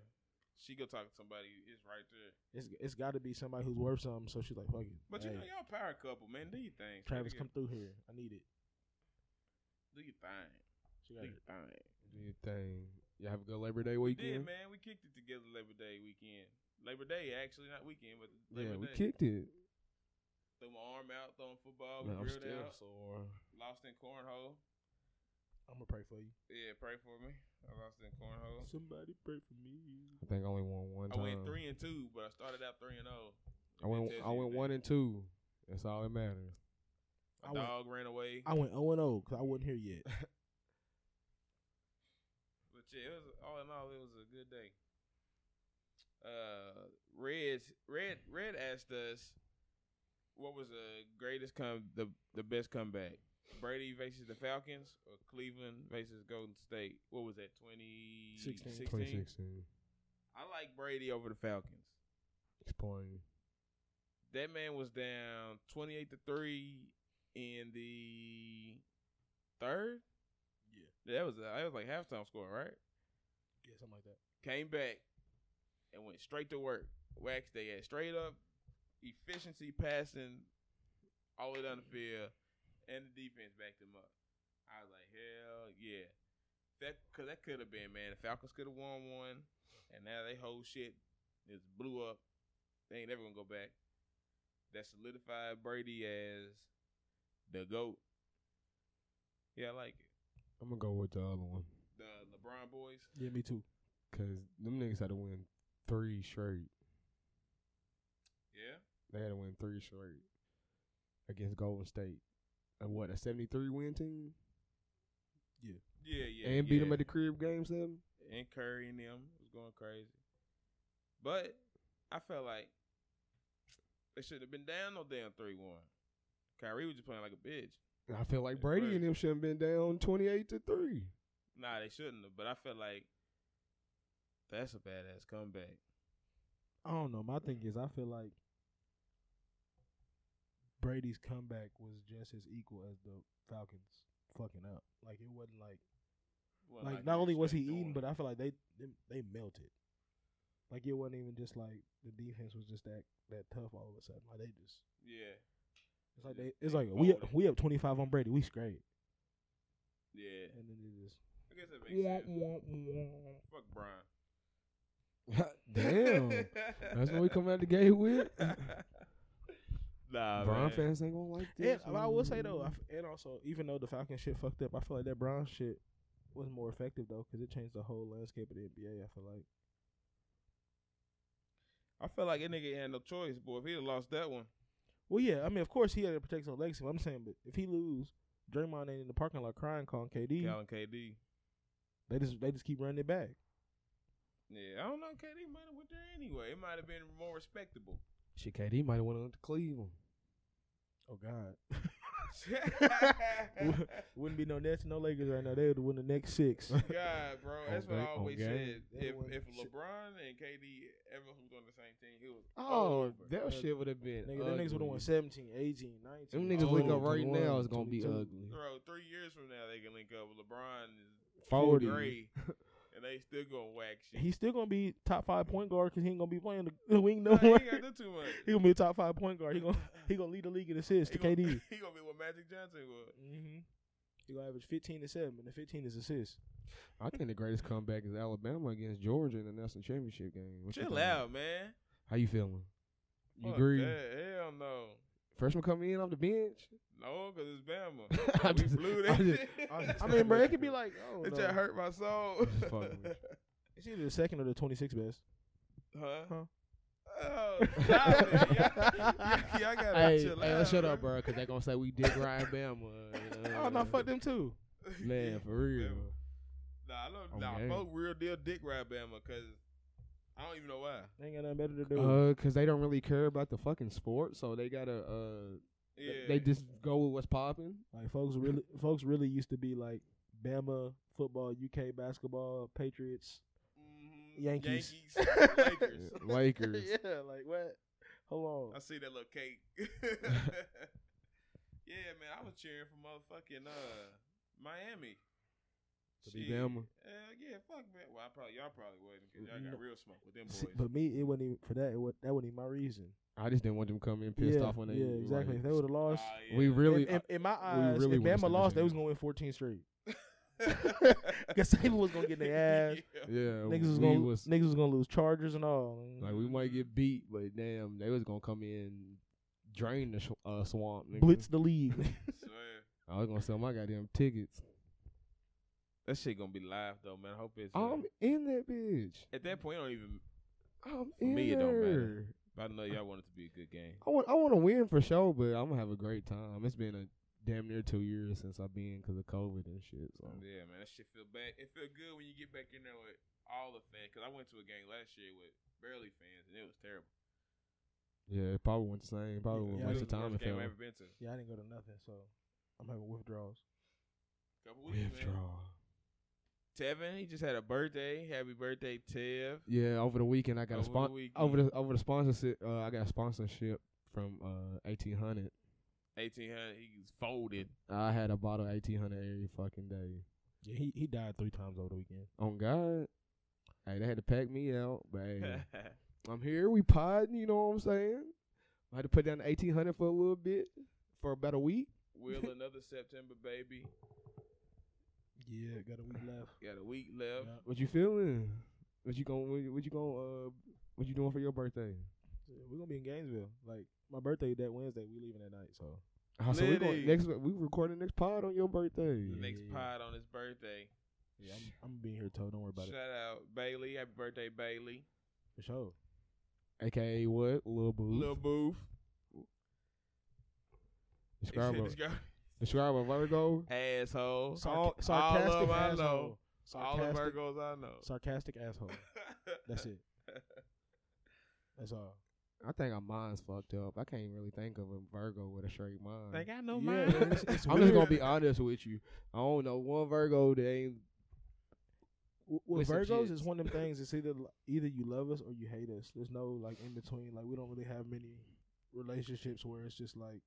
Speaker 1: She go talk to somebody. It's right there.
Speaker 2: It's it's got to be somebody who's worth something. So she's like, fuck it.
Speaker 1: But you
Speaker 2: Hey,
Speaker 1: know, y'all power couple, man. Do your thing. nigga.
Speaker 2: Travis, come through here. I need it.
Speaker 1: Do your thing.
Speaker 2: She
Speaker 1: Do
Speaker 2: got
Speaker 1: your
Speaker 2: it.
Speaker 1: thing.
Speaker 3: Do your thing. You have a good Labor Day
Speaker 1: We did,
Speaker 3: weekend.
Speaker 1: man. We kicked it together Labor Day weekend. Labor Day, actually, not weekend, but
Speaker 3: yeah,
Speaker 1: Labor
Speaker 3: we
Speaker 1: Day.
Speaker 3: kicked it.
Speaker 1: Threw my arm out, throwing football. We
Speaker 3: Man, I'm
Speaker 1: grilled
Speaker 3: still
Speaker 1: out.
Speaker 3: sore.
Speaker 1: Lost in cornhole.
Speaker 2: I'm gonna pray for you.
Speaker 1: Yeah, pray for me. I lost in cornhole.
Speaker 2: Somebody pray for me.
Speaker 3: I think I only won one
Speaker 1: I
Speaker 3: time.
Speaker 1: went three and two, but I started out three and zero.
Speaker 3: I went.
Speaker 1: That tells
Speaker 3: I
Speaker 1: you
Speaker 3: went
Speaker 1: that
Speaker 3: one and two. That's all that matters.
Speaker 1: My
Speaker 2: I went-
Speaker 1: dog ran away.
Speaker 2: I went 0 and 0 because I wasn't here yet.
Speaker 1: But yeah, it was all in all, it was a good day. Uh, Red, Red, Red asked us, "What was the greatest come the the best comeback? Brady versus the Falcons or Cleveland versus Golden State? What was that? 2016?
Speaker 2: 16.
Speaker 3: 2016.
Speaker 1: I like Brady over the Falcons.
Speaker 3: Explain.
Speaker 1: That man was down twenty eight to three in the third. Yeah, that was that was like halftime score, right?
Speaker 2: Yeah, something like that.
Speaker 1: came back and went straight to work. Waxed they had straight up efficiency passing all the way down the field, and the defense backed them up. I was like, hell yeah, that because that could have been man. The Falcons could have won one, and now they whole shit just blew up. They ain't never gonna go back. That solidified Brady as the goat. Yeah, I like it.
Speaker 3: I'm gonna go with the other one
Speaker 1: The LeBron boys.
Speaker 2: Yeah, me too.
Speaker 3: because them niggas had to win three straight.
Speaker 1: Yeah,
Speaker 3: They had to win three straight against Golden State. And what a 73 win team,
Speaker 1: yeah, yeah.
Speaker 3: and beat them
Speaker 1: yeah.
Speaker 3: at the crib game seven.
Speaker 1: and Curry and them was going crazy. But I felt like they should have been down no damn three one. Kyrie was just playing like a bitch.
Speaker 3: And I feel like
Speaker 1: That's
Speaker 3: Brady
Speaker 1: right.
Speaker 3: and them should have been down 28 to three.
Speaker 1: Nah, they shouldn't have. But I felt like that's a badass comeback.
Speaker 2: I don't know. My thing is, I feel like Brady's comeback was just as equal as the Falcons fucking up. Like it wasn't like
Speaker 1: Well,
Speaker 2: like
Speaker 1: you
Speaker 2: not only was he
Speaker 1: expect
Speaker 2: eating,
Speaker 1: doing.
Speaker 2: but I feel like they, they they melted. Like it wasn't even just like the defense was just that that tough all of a sudden. Like they just
Speaker 1: yeah,
Speaker 2: it's like
Speaker 1: They-
Speaker 2: they it's
Speaker 1: they
Speaker 2: like we up,
Speaker 1: folded.
Speaker 2: we up twenty five on Brady. We straight,
Speaker 1: yeah.
Speaker 2: and then it just
Speaker 1: I guess that makes sense. Fuck Brian.
Speaker 3: Damn. That's what we come out the gate with.
Speaker 1: nah,
Speaker 3: Brian
Speaker 1: man.
Speaker 3: fans ain't gonna like
Speaker 2: Ah, And
Speaker 3: this.
Speaker 2: I will say though, I f and also even though the Falcon shit fucked up, I feel like that Brown shit was more effective though because it changed the whole landscape of the NBA. I feel like
Speaker 1: I feel like that nigga had no choice, boy. If he'd have lost that one,
Speaker 2: well, yeah, I mean of course he had to protect his legacy. But I'm saying, but if he lose, Draymond ain't in the parking lot crying, calling KD.
Speaker 1: Cal and KD.
Speaker 2: They just they just keep running it back.
Speaker 1: Yeah, I don't know. KD might have went there anyway. It might have been more respectable.
Speaker 3: Shit, KD might have went on to Cleveland.
Speaker 2: Oh God, wouldn't be no Nets, no Lakers right now. They would win the next six.
Speaker 1: God, bro,
Speaker 3: On
Speaker 1: that's what
Speaker 3: ga-
Speaker 1: I
Speaker 3: on
Speaker 1: always
Speaker 3: game.
Speaker 1: said.
Speaker 2: That
Speaker 1: If,
Speaker 2: one
Speaker 1: if
Speaker 2: shit.
Speaker 1: LeBron and KD ever was on the same team, he was
Speaker 3: Oh,
Speaker 1: over.
Speaker 3: that
Speaker 2: Uh,
Speaker 3: shit would have been.
Speaker 2: Nigga, them niggas would have
Speaker 3: ugly.
Speaker 2: won 17, 18, 19.
Speaker 3: Them niggas link up
Speaker 2: Oh,
Speaker 3: right
Speaker 2: 21,
Speaker 3: now. It's gonna be
Speaker 2: 22.
Speaker 3: ugly.
Speaker 1: bro. Three years from now, they can link up. LeBron is
Speaker 2: 40.
Speaker 1: gray, and they still gonna whack shit.
Speaker 2: He's still gonna be top five point guard because he ain't gonna be playing the wing no
Speaker 1: Nah, he
Speaker 2: more.
Speaker 1: ain't got to do too much.
Speaker 2: He gonna be a top five point guard. He gonna he gonna lead the league in assists
Speaker 1: He
Speaker 2: to
Speaker 1: gonna-
Speaker 2: KD.
Speaker 1: He gonna be what Magic Johnson was.
Speaker 2: Mm-hmm. He gonna average fifteen to seven, and the fifteen is assists.
Speaker 3: I think the greatest comeback is Alabama against Georgia in the national championship game. What you
Speaker 1: Chill
Speaker 3: think?
Speaker 1: out, man.
Speaker 3: How you feeling? You
Speaker 1: Fuck
Speaker 3: agree?
Speaker 1: that. Hell no.
Speaker 3: Freshman coming in off the bench.
Speaker 1: No, because it's Bama.
Speaker 3: I'm
Speaker 1: we
Speaker 3: just-
Speaker 1: blew
Speaker 3: I'm
Speaker 1: that
Speaker 3: just-
Speaker 1: shit.
Speaker 3: I'm just-
Speaker 2: I mean, bro, it could be like oh, I
Speaker 1: It
Speaker 2: don't
Speaker 1: just
Speaker 2: know.
Speaker 1: hurt my soul.
Speaker 3: I'm just fucking with
Speaker 2: It's either the second or the twenty sixth best.
Speaker 1: Huh?
Speaker 2: Huh?
Speaker 1: Oh, stop it. Y'all, y'all- y'all gotta
Speaker 3: hey,
Speaker 1: chill
Speaker 3: hey,
Speaker 1: out.
Speaker 3: let's shut up, bro, because they gonna say we did Ryan Bama.
Speaker 2: oh no, fuck them too.
Speaker 3: Man, for Oh, real.
Speaker 1: Nah, I don't.
Speaker 3: I'm
Speaker 1: Nah,
Speaker 3: game.
Speaker 1: fuck real deal dick ride Bama, cause I don't even know why.
Speaker 2: They ain't got nothing better to do.
Speaker 3: Uh, cause they don't really care about the fucking sport, so they gotta uh,
Speaker 1: Yeah,
Speaker 3: they just go with what's popping.
Speaker 2: like folks really, folks really used to be like Bama football, UK basketball, Patriots.
Speaker 1: Mhm.
Speaker 2: Yankees.
Speaker 1: Yankees, Lakers.
Speaker 3: Lakers.
Speaker 2: yeah, like what?
Speaker 1: I
Speaker 2: Hold on.
Speaker 1: see that little cake. yeah, man, I was cheering for motherfucking uh Miami.
Speaker 3: To be
Speaker 1: Shit.
Speaker 3: Bama.
Speaker 1: Hell yeah, fuck man. Well, I probably y'all probably wasn't because y'all
Speaker 2: No.
Speaker 1: got real smoke with them
Speaker 2: See,
Speaker 1: boys.
Speaker 2: but me, it wasn't even for that. It was, that wasn't even my reason.
Speaker 3: I just didn't want them coming pissed
Speaker 2: yeah,
Speaker 3: off when they
Speaker 2: yeah, exactly. if
Speaker 3: like,
Speaker 2: they would have lost,
Speaker 1: Ah,
Speaker 3: We
Speaker 1: yeah.
Speaker 3: really
Speaker 2: in, in, in my eyes,
Speaker 3: really
Speaker 2: if Bama
Speaker 3: would've stood the
Speaker 2: lost, they was gonna
Speaker 3: chance.
Speaker 2: win 14th Street. Gasabi was gonna get in their ass.
Speaker 1: Yeah.
Speaker 3: yeah
Speaker 2: Niggas was
Speaker 3: we
Speaker 2: gonna
Speaker 3: was
Speaker 2: niggas was gonna lose Chargers and all.
Speaker 3: like we might get beat, but damn, they was gonna come in drain the sh- uh, swamp. Nigga.
Speaker 2: blitz the league.
Speaker 1: Swear.
Speaker 3: I was gonna sell my goddamn tickets.
Speaker 1: That shit gonna be live though, man. I hope it's. uh,
Speaker 2: Um,
Speaker 3: I'm in that bitch.
Speaker 1: at that point, I don't even.
Speaker 3: I'm
Speaker 1: For
Speaker 3: in
Speaker 1: me, it
Speaker 3: there.
Speaker 1: don't matter. I know y'all want it to be a good game.
Speaker 3: I want I want to win for sure, but I'm gonna have a great time. It's been a damn near two years since I've been because of COVID and shit. So
Speaker 2: Um,
Speaker 1: Yeah, man, that shit feel bad. It feel good when you get back in there with all the fans. Cause I went to a game last year with barely fans, and it was terrible.
Speaker 3: yeah, it probably went the same. Probably
Speaker 1: it
Speaker 2: Yeah, it
Speaker 3: went a waste
Speaker 1: was
Speaker 3: of
Speaker 1: the
Speaker 3: time.
Speaker 1: worst
Speaker 3: It
Speaker 1: game
Speaker 3: felt
Speaker 1: I ever been to.
Speaker 2: yeah, I didn't go to nothing, so I'm having withdrawals.
Speaker 1: Couple weeks, man.
Speaker 3: withdrawal.
Speaker 1: Tevin, he just had a birthday. Happy birthday, Tev.
Speaker 3: Yeah, over the weekend I got
Speaker 1: Over the
Speaker 3: a sponsor.
Speaker 1: weekend.
Speaker 3: Over the over the sponsorship, uh, I got a sponsorship from uh, eighteen hundred.
Speaker 1: Eighteen hundred. He's folded.
Speaker 3: I had a bottle of eighteen hundred every fucking day.
Speaker 2: Yeah, he he died three times over the weekend.
Speaker 3: On God, hey, they had to pack me out, but hey, I'm here. We podding, you know what I'm saying. I had to put down the eighteen hundred for a little bit, for about a week.
Speaker 1: Will another September baby.
Speaker 2: Yeah, got a week left.
Speaker 1: Got a week left.
Speaker 2: Yeah.
Speaker 3: What you feeling? What you going? What you- what you going? Uh, what you doing for your birthday?
Speaker 2: Yeah, We're gonna be in Gainesville. Like my birthday that Wednesday, we leaving that night. So
Speaker 3: Ah, so we
Speaker 1: Liddy.
Speaker 3: going next. We recording next pod on your birthday.
Speaker 1: The next
Speaker 2: Yeah.
Speaker 1: pod on his birthday.
Speaker 2: yeah, I'm, I'm gonna be here. Toe, don't worry about
Speaker 1: Shout
Speaker 2: it
Speaker 1: out Bailey. Happy birthday, Bailey.
Speaker 2: for sure.
Speaker 3: AKA what? Lil Boo.
Speaker 1: Lil Boof. He
Speaker 3: describe
Speaker 1: said
Speaker 3: a,
Speaker 1: this guy-
Speaker 3: describe a Virgo.
Speaker 1: Asshole.
Speaker 2: Sarca-
Speaker 1: All-
Speaker 2: sarcastic
Speaker 1: all of I
Speaker 2: asshole.
Speaker 1: know. All of
Speaker 2: Sarcastic-
Speaker 1: Virgos I know.
Speaker 2: sarcastic asshole. That's it. That's all.
Speaker 3: I think our mind's fucked up. I can't really think of a Virgo with a straight mind.
Speaker 1: They got no
Speaker 2: Yeah,
Speaker 1: mind.
Speaker 2: man, it's- it's
Speaker 3: I'm just gonna be honest with you. I don't know one Virgo that ain't
Speaker 2: w- with
Speaker 3: With some
Speaker 2: Virgos,
Speaker 3: shit.
Speaker 2: it's one of them things. It's either either you love us or you hate us. There's no like in between. Like we don't really have many relationships where it's just like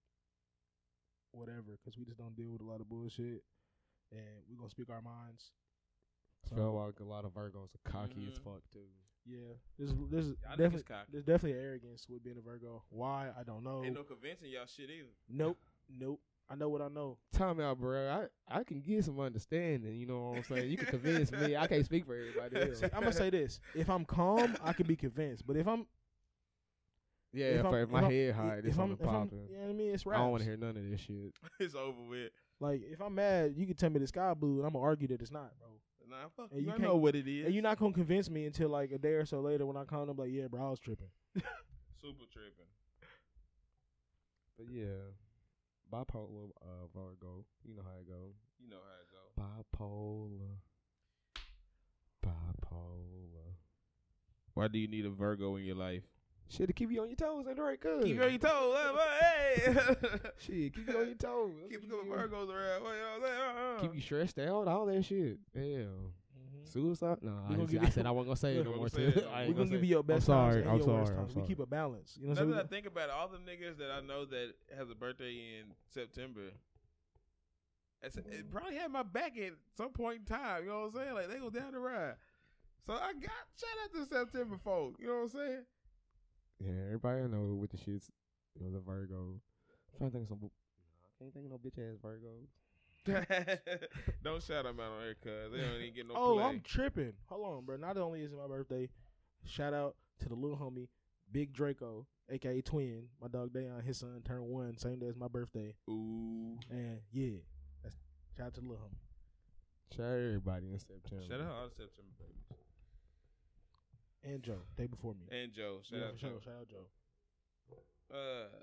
Speaker 2: whatever, because we just don't deal with a lot of bullshit, and we gonna speak our minds.
Speaker 3: I feel like a lot of Virgos are cocky as
Speaker 2: Mm.
Speaker 1: Mhm.
Speaker 3: fuck too.
Speaker 2: Yeah, there's there's
Speaker 1: Y'all niggas
Speaker 2: definitely
Speaker 1: cocky.
Speaker 2: there's definitely arrogance with being a Virgo. Why I don't know.
Speaker 1: Ain't no convincing y'all shit either.
Speaker 2: nope, nope. I know what I know.
Speaker 3: Time out, bro. I, I can get some understanding. You know what I'm saying? You can convince me. I can't speak for everybody else.
Speaker 2: See, I'm gonna say this: if I'm calm, I can be convinced. But if I'm
Speaker 3: Yeah,
Speaker 2: if
Speaker 3: if,
Speaker 2: I'm-
Speaker 3: I-
Speaker 2: if
Speaker 3: my
Speaker 2: I'm-
Speaker 3: head high, this
Speaker 2: if I'm,
Speaker 3: on
Speaker 2: if I'm
Speaker 3: popping.
Speaker 2: you know what I mean, it's right.
Speaker 3: I don't want to hear none of this shit.
Speaker 1: it's over with.
Speaker 2: Like if I'm mad, you can tell me the sky blue, and I'm gonna argue that it's not, bro.
Speaker 1: Nah, fuck
Speaker 2: And
Speaker 1: you. I
Speaker 2: you can't-
Speaker 1: know what it is.
Speaker 2: And you're not gonna convince me until like a day or so later when I call them like, yeah, bro, I was tripping.
Speaker 1: super tripping.
Speaker 3: But yeah, bipolar uh, Virgo. You know how it go.
Speaker 1: You know how it go.
Speaker 3: Bipolar. Bipolar.
Speaker 1: Why do you need a Virgo in your life?
Speaker 3: Shit to keep you on your toes. Ain't that right, cuz?
Speaker 1: Keep you on your toes. uh, boy, hey.
Speaker 3: Shit, keep you on your toes. That's
Speaker 1: Keep a
Speaker 3: what
Speaker 1: couple
Speaker 3: you-
Speaker 1: Virgos around. boy, you know what I'm saying? Uh-uh.
Speaker 3: Keep you stressed out, all that shit. Damn.
Speaker 1: Mm-hmm.
Speaker 3: Suicide?
Speaker 2: Mm-hmm.
Speaker 3: No,
Speaker 2: We
Speaker 3: I,
Speaker 2: gonna
Speaker 3: ain't-
Speaker 2: give
Speaker 3: I
Speaker 2: you-
Speaker 3: said I wasn't gonna say
Speaker 2: Look,
Speaker 3: it no
Speaker 1: we
Speaker 3: more.
Speaker 1: gonna say
Speaker 3: too.
Speaker 1: it.
Speaker 3: I
Speaker 2: We're
Speaker 3: ain't
Speaker 2: gonna give
Speaker 3: say
Speaker 2: you your best
Speaker 3: sorry,
Speaker 2: times and
Speaker 3: I'm
Speaker 2: your worst
Speaker 3: sorry, I'm
Speaker 2: times. We
Speaker 3: sorry.
Speaker 2: keep a balance. You know what
Speaker 1: Now
Speaker 2: I'm
Speaker 1: that I
Speaker 2: saying?
Speaker 1: think about it, all the niggas that I know that has a birthday in September, it's,
Speaker 2: Mm.
Speaker 1: it probably had my back at some point in time. You know what I'm saying? Like they go down the ride. So I got shout out to September folk. You know what I'm saying?
Speaker 3: Yeah, everybody I know with the shits it was a Virgo. I'm trying to think of some. bu- I can't think of no bitch ass Virgos.
Speaker 1: don't shout them out on air, cause they don't even get no
Speaker 2: oh,
Speaker 1: play.
Speaker 2: I'm tripping. Hold on, bro. Not only is it my birthday, shout out to the little homie, Big Draco, aka Twin. My dog Dayon, his son turned one, same day as my birthday.
Speaker 1: Ooh,
Speaker 2: And yeah, that's, shout out to the little homie.
Speaker 3: Shout out everybody in September.
Speaker 1: shout out all the September babies
Speaker 2: and Joe, day before me.
Speaker 1: and Joe. Shout
Speaker 2: yeah,
Speaker 1: out
Speaker 2: for
Speaker 1: Joe.
Speaker 2: sure. Shout out Joe.
Speaker 1: Uh,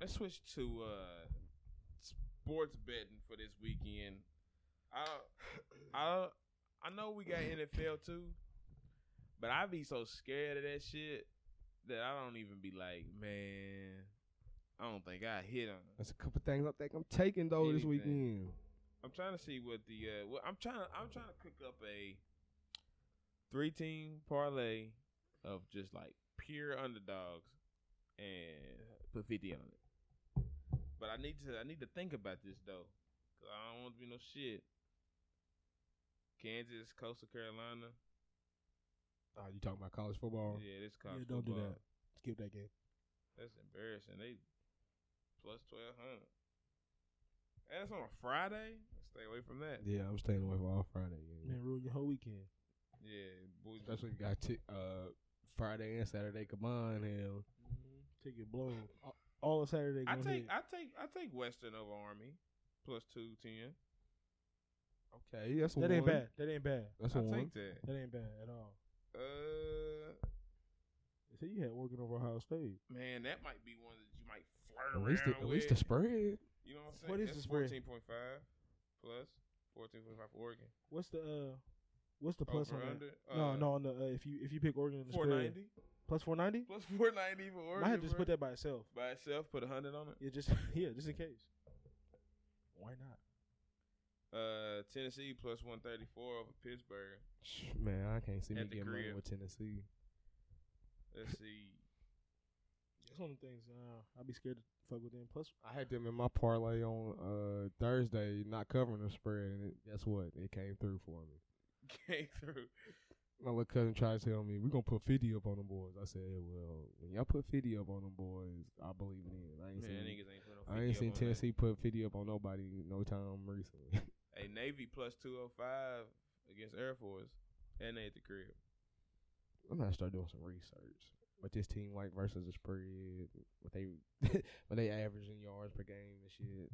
Speaker 1: let's switch to uh sports betting for this weekend. I I I know we got NFL too, but I be so scared of that shit that I don't even be like, man, I don't think I hit on. it."
Speaker 3: There's a couple things I think I'm taking though this
Speaker 1: Anything.
Speaker 3: weekend.
Speaker 1: I'm trying to see what the uh what I'm trying to I'm trying to cook up a three team parlay of just like pure underdogs and put 50 on it. But I need to I need to think about this though. 'cause I don't want to be no shit. Kansas, Coastal Carolina.
Speaker 3: Oh, you talking about college football?
Speaker 1: Yeah, this college
Speaker 2: Oh. yeah, don't do
Speaker 1: football.
Speaker 2: that. Skip that game.
Speaker 1: That's embarrassing. They plus 1200. And it's on a Friday. Stay away from that.
Speaker 3: Yeah, I'm staying away from all Friday games.
Speaker 1: Mm-hmm.
Speaker 2: Man, ruin your whole weekend.
Speaker 1: Yeah, boy.
Speaker 3: Especially if you got t- uh, Friday and Saturday combined. Hell,
Speaker 2: Take it blown. All- All of Saturday.
Speaker 1: Mm-hmm. I
Speaker 2: gonna
Speaker 1: take
Speaker 2: hit.
Speaker 1: I take I take Western over Army plus two ten.
Speaker 3: okay, that's
Speaker 2: that ain't bad. That ain't bad.
Speaker 3: That's
Speaker 1: I
Speaker 3: one.
Speaker 1: take that.
Speaker 2: That ain't bad at all.
Speaker 1: Uh,
Speaker 2: See, you had Oregon over Ohio State.
Speaker 1: man, that might be one that you might flirt
Speaker 3: At
Speaker 1: around
Speaker 3: least, the, at
Speaker 1: with.
Speaker 3: least the spread.
Speaker 1: you know what I'm saying?
Speaker 2: What is
Speaker 1: That's
Speaker 2: the spread?
Speaker 1: fourteen point five plus fourteen point five for Oregon.
Speaker 2: What's the uh, what's the plus
Speaker 1: over
Speaker 2: on
Speaker 1: under.
Speaker 2: that? no, no, on the uh, if you if you pick Oregon in the
Speaker 1: Four
Speaker 2: spread,
Speaker 1: ninety
Speaker 2: plus four ninety.
Speaker 1: plus four ninety for Oregon.
Speaker 2: I had to just
Speaker 1: bro.
Speaker 2: put that by itself.
Speaker 1: by itself. Put a hundred on it.
Speaker 2: Yeah, just yeah, just in case. Why not?
Speaker 1: Uh, Tennessee plus one thirty four over Pittsburgh.
Speaker 3: Sh- Man, I can't see
Speaker 1: At
Speaker 3: me
Speaker 1: the
Speaker 3: getting money
Speaker 1: crib.
Speaker 3: with Tennessee.
Speaker 1: Let's see.
Speaker 2: That's one of the things. Uh, I'd be scared to fuck with them. Plus,
Speaker 3: I had them in my parlay on uh, Thursday, not covering the spread, and it, guess what? It came through for me.
Speaker 1: Came through.
Speaker 3: My little cousin tried to tell me we're gonna put fifty up on them boys. I said, well, when y'all put fifty up on them boys, I believe it in. I ain't
Speaker 1: Man,
Speaker 3: seen,
Speaker 1: niggas ain't put no
Speaker 3: I
Speaker 1: 50
Speaker 3: ain't
Speaker 1: up
Speaker 3: seen
Speaker 1: on that.
Speaker 3: Tennessee put fifty up on nobody no time recently.
Speaker 1: A Navy plus two hundred five against Air Force, and they at the crib.
Speaker 3: I'm gonna start doing some research. What this team like versus the spread, what they what they average in yards per game and shit.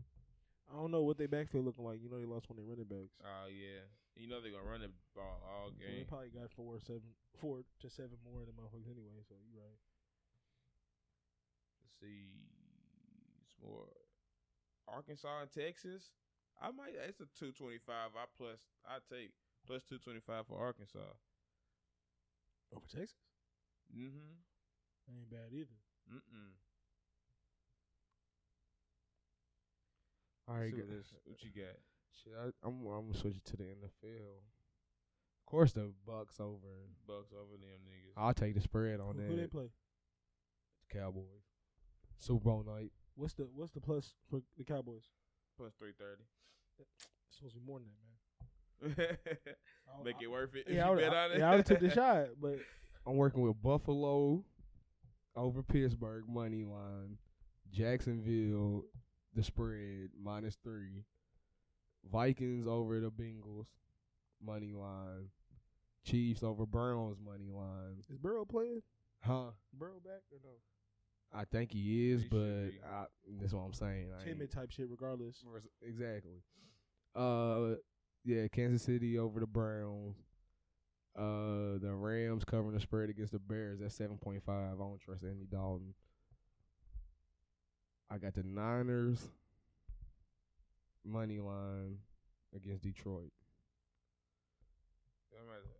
Speaker 2: I don't know what they backfield looking like. You know, they lost one of their running backs.
Speaker 1: Oh yeah, you know they're gonna run the ball all
Speaker 2: So they
Speaker 1: game.
Speaker 2: probably got four, seven, four to seven more than motherfuckers anyway. So you right.
Speaker 1: Let's see, some more Arkansas and Texas. I might. It's a two twenty five. I plus. I take plus two twenty five for Arkansas.
Speaker 2: Over Texas,
Speaker 1: Mm-hmm.
Speaker 2: that ain't bad either.
Speaker 1: Mm-mm.
Speaker 3: All
Speaker 1: All
Speaker 3: right,
Speaker 1: right, what,
Speaker 3: guys.
Speaker 1: this, what you got?
Speaker 3: Shit, I, I'm I'm gonna switch it to the NFL. Of course, the Bucks over.
Speaker 1: Bucks over them niggas.
Speaker 3: I'll take the spread on
Speaker 2: Who,
Speaker 3: that.
Speaker 2: who they play?
Speaker 3: Cowboys. Super Bowl night.
Speaker 2: What's the what's the plus for the Cowboys?
Speaker 1: Plus three thirty.
Speaker 2: It's supposed to be more than that, man.
Speaker 1: Make it worth it. If
Speaker 2: Yeah, I
Speaker 1: you
Speaker 2: would,
Speaker 1: bet on
Speaker 2: I,
Speaker 1: it.
Speaker 2: yeah, I would took the shot, but
Speaker 3: I'm working with Buffalo over Pittsburgh money line, Jacksonville the spread minus three, Vikings over the Bengals money line, Chiefs over Browns money line.
Speaker 2: is Burrow playing?
Speaker 3: Huh?
Speaker 2: Burrow back or no?
Speaker 3: I think he is,
Speaker 1: He should
Speaker 3: but
Speaker 1: be.
Speaker 3: I, that's what I'm saying. I ain't-
Speaker 2: Timid type shit, regardless.
Speaker 3: Res- Exactly. Uh, yeah, Kansas City over the Browns. Uh, the Rams covering the spread against the Bears at seven point five. I don't trust Andy Dalton. I got the Niners money line against Detroit.
Speaker 1: I'm about to,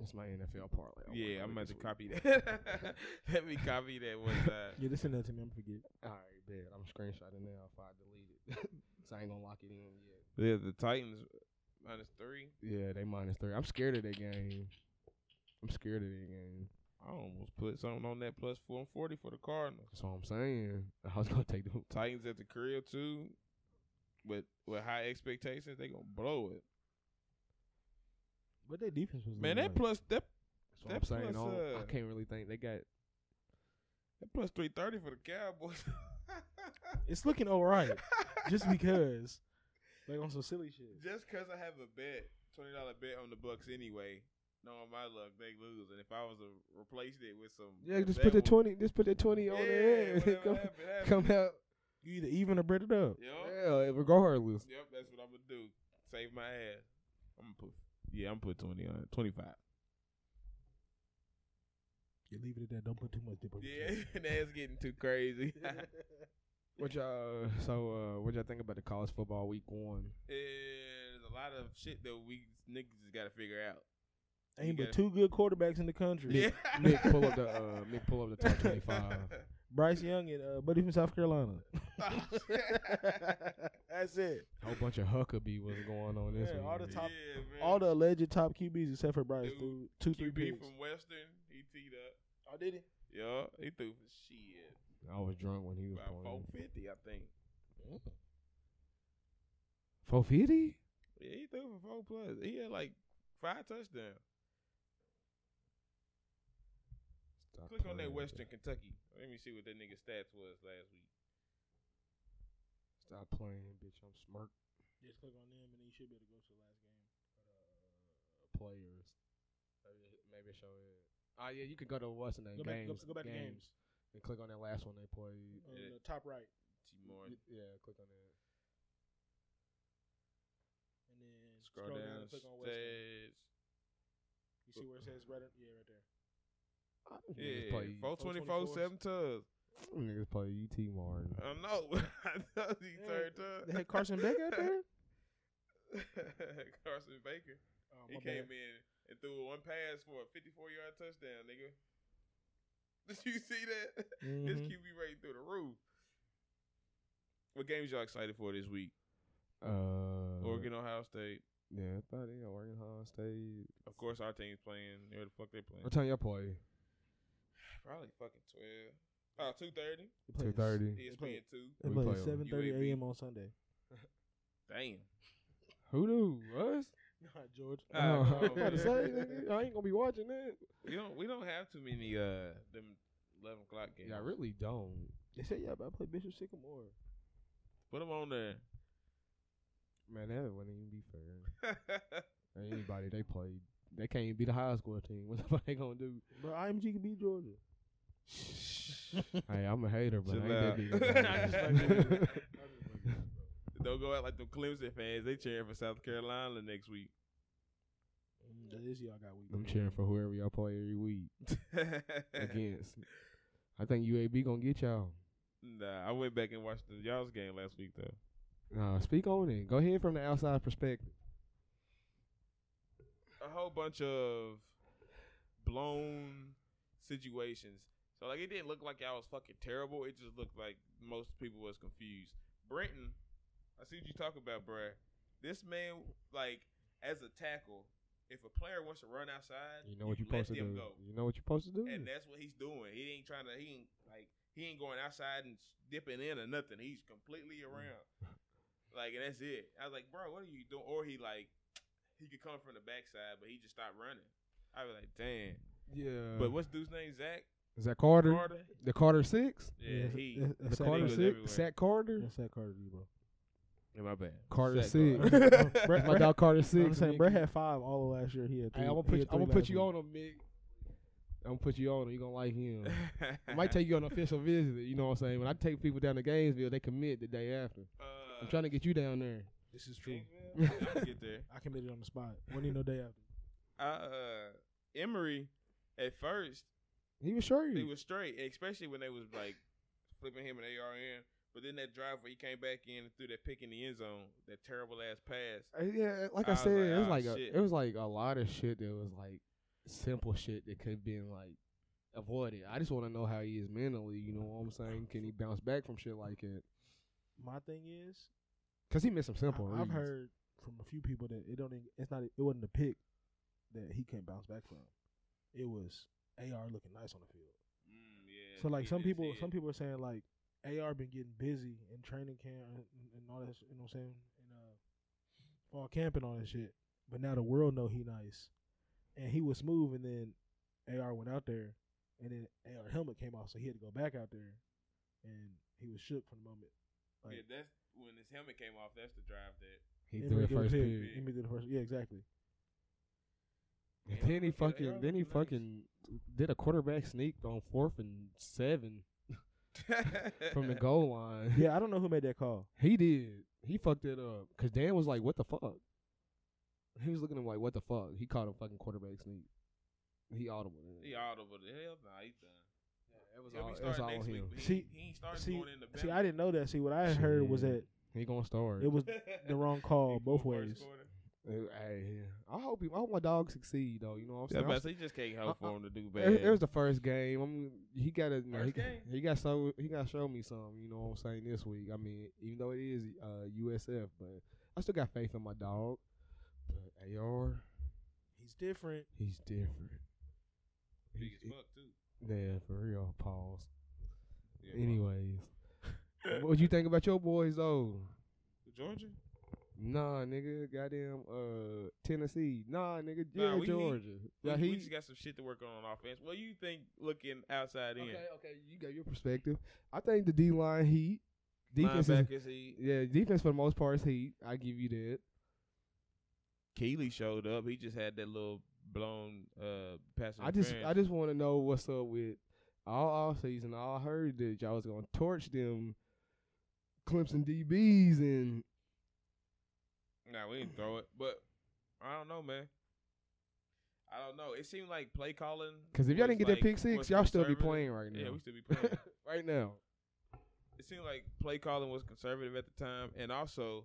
Speaker 1: uh,
Speaker 3: That's my NFL parlay. I'm
Speaker 1: yeah,
Speaker 3: working
Speaker 1: I'm
Speaker 3: with
Speaker 1: about
Speaker 3: this
Speaker 1: to
Speaker 3: week.
Speaker 1: copy that. Let me copy that one uh, time.
Speaker 2: Yeah, this and that to me. I'm forget.
Speaker 3: All right, bet. I'm screenshotting now if I delete it. so I ain't gonna lock it in yet.
Speaker 1: Yeah, the Titans minus three.
Speaker 3: Yeah, they minus three. I'm scared of that game. I'm scared of that game.
Speaker 1: I almost put something on that plus four and forty for the Cardinals.
Speaker 3: That's what I'm saying. I was gonna take the
Speaker 1: Titans at the crib too, with with high expectations, they gonna blow it.
Speaker 2: But their defense was
Speaker 1: Man,
Speaker 2: looking
Speaker 1: that plus that
Speaker 3: That's what
Speaker 1: That
Speaker 3: I'm saying.
Speaker 1: plus,
Speaker 3: I don't- I
Speaker 1: uh,
Speaker 3: can't really think they got.
Speaker 1: that plus three thirty for the Cowboys.
Speaker 2: like- It's looking all right, just because, like on some silly shit.
Speaker 1: Just cause I have a bet, twenty dollar bet on the Bucks anyway. Knowing my luck, they lose. And if I was to replace it with some,
Speaker 3: Yeah, just
Speaker 1: that
Speaker 3: put the
Speaker 1: one-
Speaker 3: twenty. Just put the twenty
Speaker 1: Yeah,
Speaker 3: on there.
Speaker 1: whatever
Speaker 3: come,
Speaker 1: happened, happened.
Speaker 3: come out.
Speaker 2: You either even or bread it up.
Speaker 1: Yup.
Speaker 3: Yeah, regardless.
Speaker 1: Yep, that's what I'm gonna do. Save my ass. I'm gonna put. Yeah, I'm gonna put twenty on it. Twenty five.
Speaker 2: You leave it at that. Don't put too much dip on your
Speaker 1: Yeah,
Speaker 2: cake.
Speaker 1: that's getting too crazy. uh,
Speaker 3: What y'all? So, uh, what y'all think about the college football week one?
Speaker 1: there's a lot of shit that we niggas just gotta figure out.
Speaker 2: Ain't
Speaker 1: You
Speaker 2: but
Speaker 1: gotta-
Speaker 2: two good quarterbacks in the country.
Speaker 1: Yeah.
Speaker 3: Nick, pull up the. Uh, Nick, pull up the top twenty-five.
Speaker 2: Bryce Young and uh, Buddy from South Carolina.
Speaker 1: Oh,
Speaker 2: That's it.
Speaker 3: Whole bunch of Huckabee was going on this
Speaker 2: Yeah,
Speaker 3: week.
Speaker 2: all the top-
Speaker 1: Yeah, man.
Speaker 2: All the alleged top QBs except for Bryce,
Speaker 1: Dude,
Speaker 2: dude. Two, three
Speaker 1: QB
Speaker 2: picks.
Speaker 1: from Western, he teed up.
Speaker 2: oh, did he?
Speaker 1: Yeah, he threw for shit.
Speaker 3: I was drunk when he was
Speaker 1: About four
Speaker 3: playing.
Speaker 1: fifty, I think.
Speaker 3: Four fifty.
Speaker 1: Yeah, he threw for four plus. He had like five touchdowns. Click on that Western Kentucky. Let me see what that nigga stats was last week.
Speaker 3: Stop playing, bitch. I'm smart.
Speaker 2: Just click on them and he should be able to go to the last game.
Speaker 3: uh, players. Maybe, maybe show it. Oh yeah, you can go to what's the name?
Speaker 2: Go back,
Speaker 3: games,
Speaker 2: go, go back to games. Uh-huh.
Speaker 3: and click on that last one they played.
Speaker 2: On
Speaker 1: Yeah.
Speaker 2: the top right.
Speaker 1: T Martin.
Speaker 3: Y- Yeah, click on that.
Speaker 2: And then
Speaker 1: Scroll, down,
Speaker 2: and click on Western.
Speaker 1: stats.
Speaker 2: You see where it says right? Yeah, right there.
Speaker 3: Niggas
Speaker 1: Yeah,
Speaker 3: play,
Speaker 1: four twenty four,
Speaker 2: 424s.
Speaker 1: seven tubs.
Speaker 3: niggas play UT Martin.
Speaker 1: I know. I know he
Speaker 2: Yeah,
Speaker 1: turned
Speaker 2: They
Speaker 1: up.
Speaker 2: had Carson Beck out there?
Speaker 1: Carson Baker.
Speaker 2: Oh,
Speaker 1: he
Speaker 2: my
Speaker 1: came
Speaker 2: bad.
Speaker 1: in and threw one pass for a 54 yard touchdown, nigga. Did you see that?
Speaker 3: Mm-hmm.
Speaker 1: His
Speaker 2: Mhm.
Speaker 1: QB rating through the roof. What games y'all excited for this week?
Speaker 3: Uh,
Speaker 1: Oregon, Ohio State.
Speaker 3: Yeah, I thought yeah, Oregon High State.
Speaker 1: Of course, our team's playing. Where the fuck they playing?
Speaker 3: What time y'all play?
Speaker 1: Probably fucking 12. Oh, 2.30.
Speaker 2: They play-
Speaker 3: Two thirty.
Speaker 1: ESPN 2.
Speaker 2: They
Speaker 3: We
Speaker 2: play
Speaker 3: play
Speaker 2: at
Speaker 3: on
Speaker 2: 7.30
Speaker 1: UAB.
Speaker 2: a.m. on Sunday.
Speaker 1: Damn.
Speaker 3: Who do us?
Speaker 2: Nah, George.
Speaker 1: Ah,
Speaker 3: Oh,
Speaker 1: come
Speaker 3: I
Speaker 1: on,
Speaker 3: gotta
Speaker 1: man.
Speaker 3: say, nigga, I ain't gonna be watching that.
Speaker 1: We don't, we don't have too many uh them 11 o'clock games.
Speaker 3: Yeah, I really don't.
Speaker 2: They said, yeah, but I play Bishop Sycamore.
Speaker 1: Put them on there.
Speaker 3: Man, that wouldn't even be fair. Anybody they played, they can't even be the high school team. What the fuck they gonna do?
Speaker 2: But IMG can beat Georgia.
Speaker 3: Hey, I'm a hater, but I ain't
Speaker 1: Chill out.
Speaker 3: that big.
Speaker 1: I'm just fucking with you.
Speaker 3: of a-
Speaker 1: don't go out like them Clemson fans. They cheering for South Carolina next week.
Speaker 2: Mm, that is y'all got weak.
Speaker 3: I'm cheering for whoever y'all play every week
Speaker 1: Again.
Speaker 3: against. I think UAB gonna get y'all.
Speaker 1: Nah, I went back and watched the y'all's game last week though.
Speaker 3: Nah, speak on it. Go ahead from the outside perspective.
Speaker 1: A whole bunch of blown situations. So like it didn't look like y'all was fucking terrible. It just looked like most people was confused. Brenton, I see what you talk about, bruh. This man like as a tackle, if a player wants to run outside,
Speaker 3: You know what you're
Speaker 1: let
Speaker 3: supposed to
Speaker 1: them
Speaker 3: do.
Speaker 1: go.
Speaker 3: You know what you're supposed to do.
Speaker 1: And that's what he's doing. He ain't trying to. He ain't like he ain't going outside and s- dipping in or nothing. He's completely
Speaker 3: Mm.
Speaker 1: around. Like and that's it. I was like, bro, what are you doing? Or he like he could come from the backside, but he just stopped running. I was like, damn.
Speaker 3: yeah.
Speaker 1: But what's dude's name? Zach
Speaker 3: is that Uh, Carter?
Speaker 1: Carter.
Speaker 3: The Carter Six?
Speaker 1: Yeah,
Speaker 2: Yeah,
Speaker 1: he.
Speaker 2: that's-
Speaker 1: that
Speaker 2: that's
Speaker 3: The
Speaker 1: nigga
Speaker 2: Carter
Speaker 3: Carter
Speaker 1: was
Speaker 3: Six?
Speaker 1: everywhere.
Speaker 3: Zach Carter?
Speaker 2: That's that Carter D, bro.
Speaker 1: Yeah, my bad.
Speaker 3: Carter
Speaker 1: Zach
Speaker 3: Six.
Speaker 1: Carter.
Speaker 2: Brett-
Speaker 3: That's my dog Carter Six.
Speaker 2: I'm saying
Speaker 3: Nick.
Speaker 2: Brett had five all of last year. He had three.
Speaker 3: Hey, I'm gonna
Speaker 2: he had
Speaker 3: put you, I'm
Speaker 2: three
Speaker 3: gonna put
Speaker 2: last
Speaker 3: you
Speaker 2: week.
Speaker 3: on him, Mick. I'm gonna put you on him. You gonna like him. I might take you on an official visit. You know what I'm saying? When I take people down to Gainesville, they commit the day after.
Speaker 1: Uh,
Speaker 3: I'm trying to get you down there.
Speaker 2: This is true.
Speaker 1: Gainesville? I can get there.
Speaker 2: I committed on the spot. One need no day after.
Speaker 1: I, uh, Emory, at first,
Speaker 3: He was sure.
Speaker 1: they was straight, especially when they was like flipping him an ARN. But then that drive where he came back in and threw that pick in the end zone, that terrible ass pass.
Speaker 3: Uh, Yeah, like
Speaker 1: I
Speaker 3: I,
Speaker 1: was
Speaker 3: said,
Speaker 1: like,
Speaker 3: it was
Speaker 1: "Ah,
Speaker 3: like a,
Speaker 1: shit."
Speaker 3: it was like a lot of shit that was like simple shit that could have been like avoided. I just want to know how he is mentally. You know what I'm saying? Can he bounce back from shit like it?
Speaker 2: My thing is,
Speaker 3: Cause he missed some simple.
Speaker 2: I, I've
Speaker 3: reads.
Speaker 2: heard from a few people that it don't. even- It's not. It wasn't a pick that he couldn't bounce back from. It was AR looking nice on the field.
Speaker 1: Mm, yeah,
Speaker 2: So like
Speaker 1: hit
Speaker 2: some
Speaker 1: his
Speaker 2: people,
Speaker 1: head.
Speaker 2: some people are saying like AR been getting busy in training camp and, and all that. sh- You know what I'm saying? And uh, fall camp and all that shit. But now the world know he nice, and he was smooth. And then AR went out there, and then AR helmet came off, so he had to go back out there, and he was shook for the moment.
Speaker 1: yeah, that's when his helmet came off. That's the drive that.
Speaker 3: he
Speaker 2: Emory
Speaker 3: threw the
Speaker 2: did the
Speaker 3: first
Speaker 2: pick.
Speaker 3: period.
Speaker 2: Emory did the first. Yeah, exactly.
Speaker 3: And
Speaker 1: Yeah,
Speaker 3: then
Speaker 1: look
Speaker 3: he
Speaker 1: at-
Speaker 3: fucking
Speaker 1: y'all
Speaker 3: then
Speaker 1: looking
Speaker 3: he
Speaker 1: nice.
Speaker 3: fucking did a quarterback sneak on fourth and seven from the goal line.
Speaker 2: Yeah, I don't know who made that call.
Speaker 3: He did. He fucked it up. Cause Dan was like, "What the fuck?" He was looking at him like, "What the fuck?" He caught a fucking quarterback sneak. He audible.
Speaker 1: He out over the hell. Nah, he's done.
Speaker 3: It was
Speaker 1: He'll
Speaker 3: all,
Speaker 1: be
Speaker 3: it was
Speaker 1: starting
Speaker 3: all
Speaker 1: next week.
Speaker 3: him.
Speaker 1: but He,
Speaker 2: See-
Speaker 1: he ain't starting
Speaker 2: see-
Speaker 1: going in the
Speaker 2: See, I
Speaker 1: belly.
Speaker 2: didn't know that. See, what I had heard was that
Speaker 3: Shit. He gonna start.
Speaker 2: it was the wrong call
Speaker 1: He
Speaker 2: both
Speaker 1: pulled first
Speaker 2: ways.
Speaker 1: quarter.
Speaker 3: Uh, hey, I hope he, I hope my dog succeed though. You know what
Speaker 1: Yeah,
Speaker 3: I'm
Speaker 1: but I
Speaker 3: saying?
Speaker 1: say you just can't
Speaker 3: Uh,
Speaker 1: hope for
Speaker 3: uh,
Speaker 1: him to do
Speaker 3: I'm-
Speaker 1: bad.
Speaker 3: it, it was the first game. I'm, he got to he,
Speaker 1: First game?
Speaker 3: he got so he got to show me some. You know what I'm saying? This week, I mean, even though it is uh, USF, but I still got faith in my dog. But AR,
Speaker 2: He's different.
Speaker 3: he's different.
Speaker 1: big
Speaker 3: He-
Speaker 1: as fuck too.
Speaker 3: yeah, for real. Pause.
Speaker 1: Yeah,
Speaker 3: Anyways, what you think about your boys though?
Speaker 1: fuck. Georgia.
Speaker 3: Nah, nigga, goddamn, uh, Tennessee. Nah, nigga, yeah,
Speaker 1: Nah, we need-
Speaker 3: Georgia.
Speaker 1: We,
Speaker 3: yeah,
Speaker 1: we
Speaker 3: he-
Speaker 1: just got some shit to work on on offense. Well, you think looking outside in?
Speaker 3: okay, okay, you got your perspective. I think the D line heat, defense, is,
Speaker 1: Linebackers, he,
Speaker 3: yeah, defense for the most part is heat. I give you that.
Speaker 1: Keely showed up. He just had that little blown uh pass.
Speaker 3: I just, I
Speaker 1: interference.
Speaker 3: just want to know what's up with all offseason. I heard that y'all was gonna torch them Clemson DBs, and
Speaker 1: Nah, we didn't throw it, but I don't know, man. I don't know. It seemed like play calling.
Speaker 3: because if y'all
Speaker 1: was,
Speaker 3: didn't get
Speaker 1: like,
Speaker 3: that pick six,
Speaker 1: was
Speaker 3: y'all still be
Speaker 1: conservative.
Speaker 3: playing right now.
Speaker 1: Yeah, we still be playing.
Speaker 3: right now.
Speaker 1: it seemed like play calling was conservative at the time, and also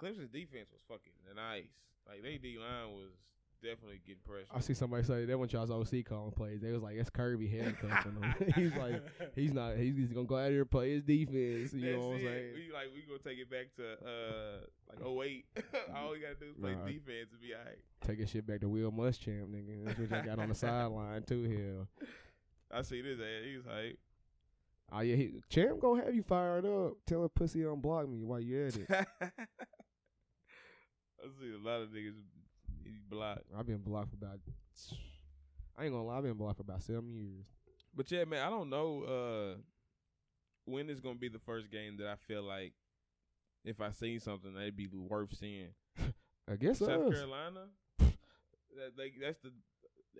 Speaker 1: Clemson's defense was fucking nice. Like they D line was definitely getting pressure.
Speaker 3: I see somebody say that when y'all's OC calling plays, they was like, "That's Kirby handcuffing him." he's like, he's not. He's, he's gonna go out here and play his defense. You know
Speaker 1: That's
Speaker 3: what I'm
Speaker 1: it.
Speaker 3: saying?
Speaker 1: We like we gonna take it back to uh like 08. all we gotta do is play
Speaker 3: Nah.
Speaker 1: defense and be alright.
Speaker 3: Take his shit back to Will Muschamp, nigga. That's what y'all got on the sideline too. Hell,
Speaker 1: I see this ass. He's hype.
Speaker 3: oh yeah, he, Champ gonna have you fired up. Tell her pussy unblock me while you at it.
Speaker 1: I see a lot of niggas he blocked.
Speaker 3: I've been blocked for about. I ain't gonna lie, I've been blocked for about seven years.
Speaker 1: But yeah, man, I don't know uh when is gonna be the first game that I feel like if I seen something that'd be worth seeing.
Speaker 3: I guess
Speaker 1: South
Speaker 3: us.
Speaker 1: Carolina. That, like that's the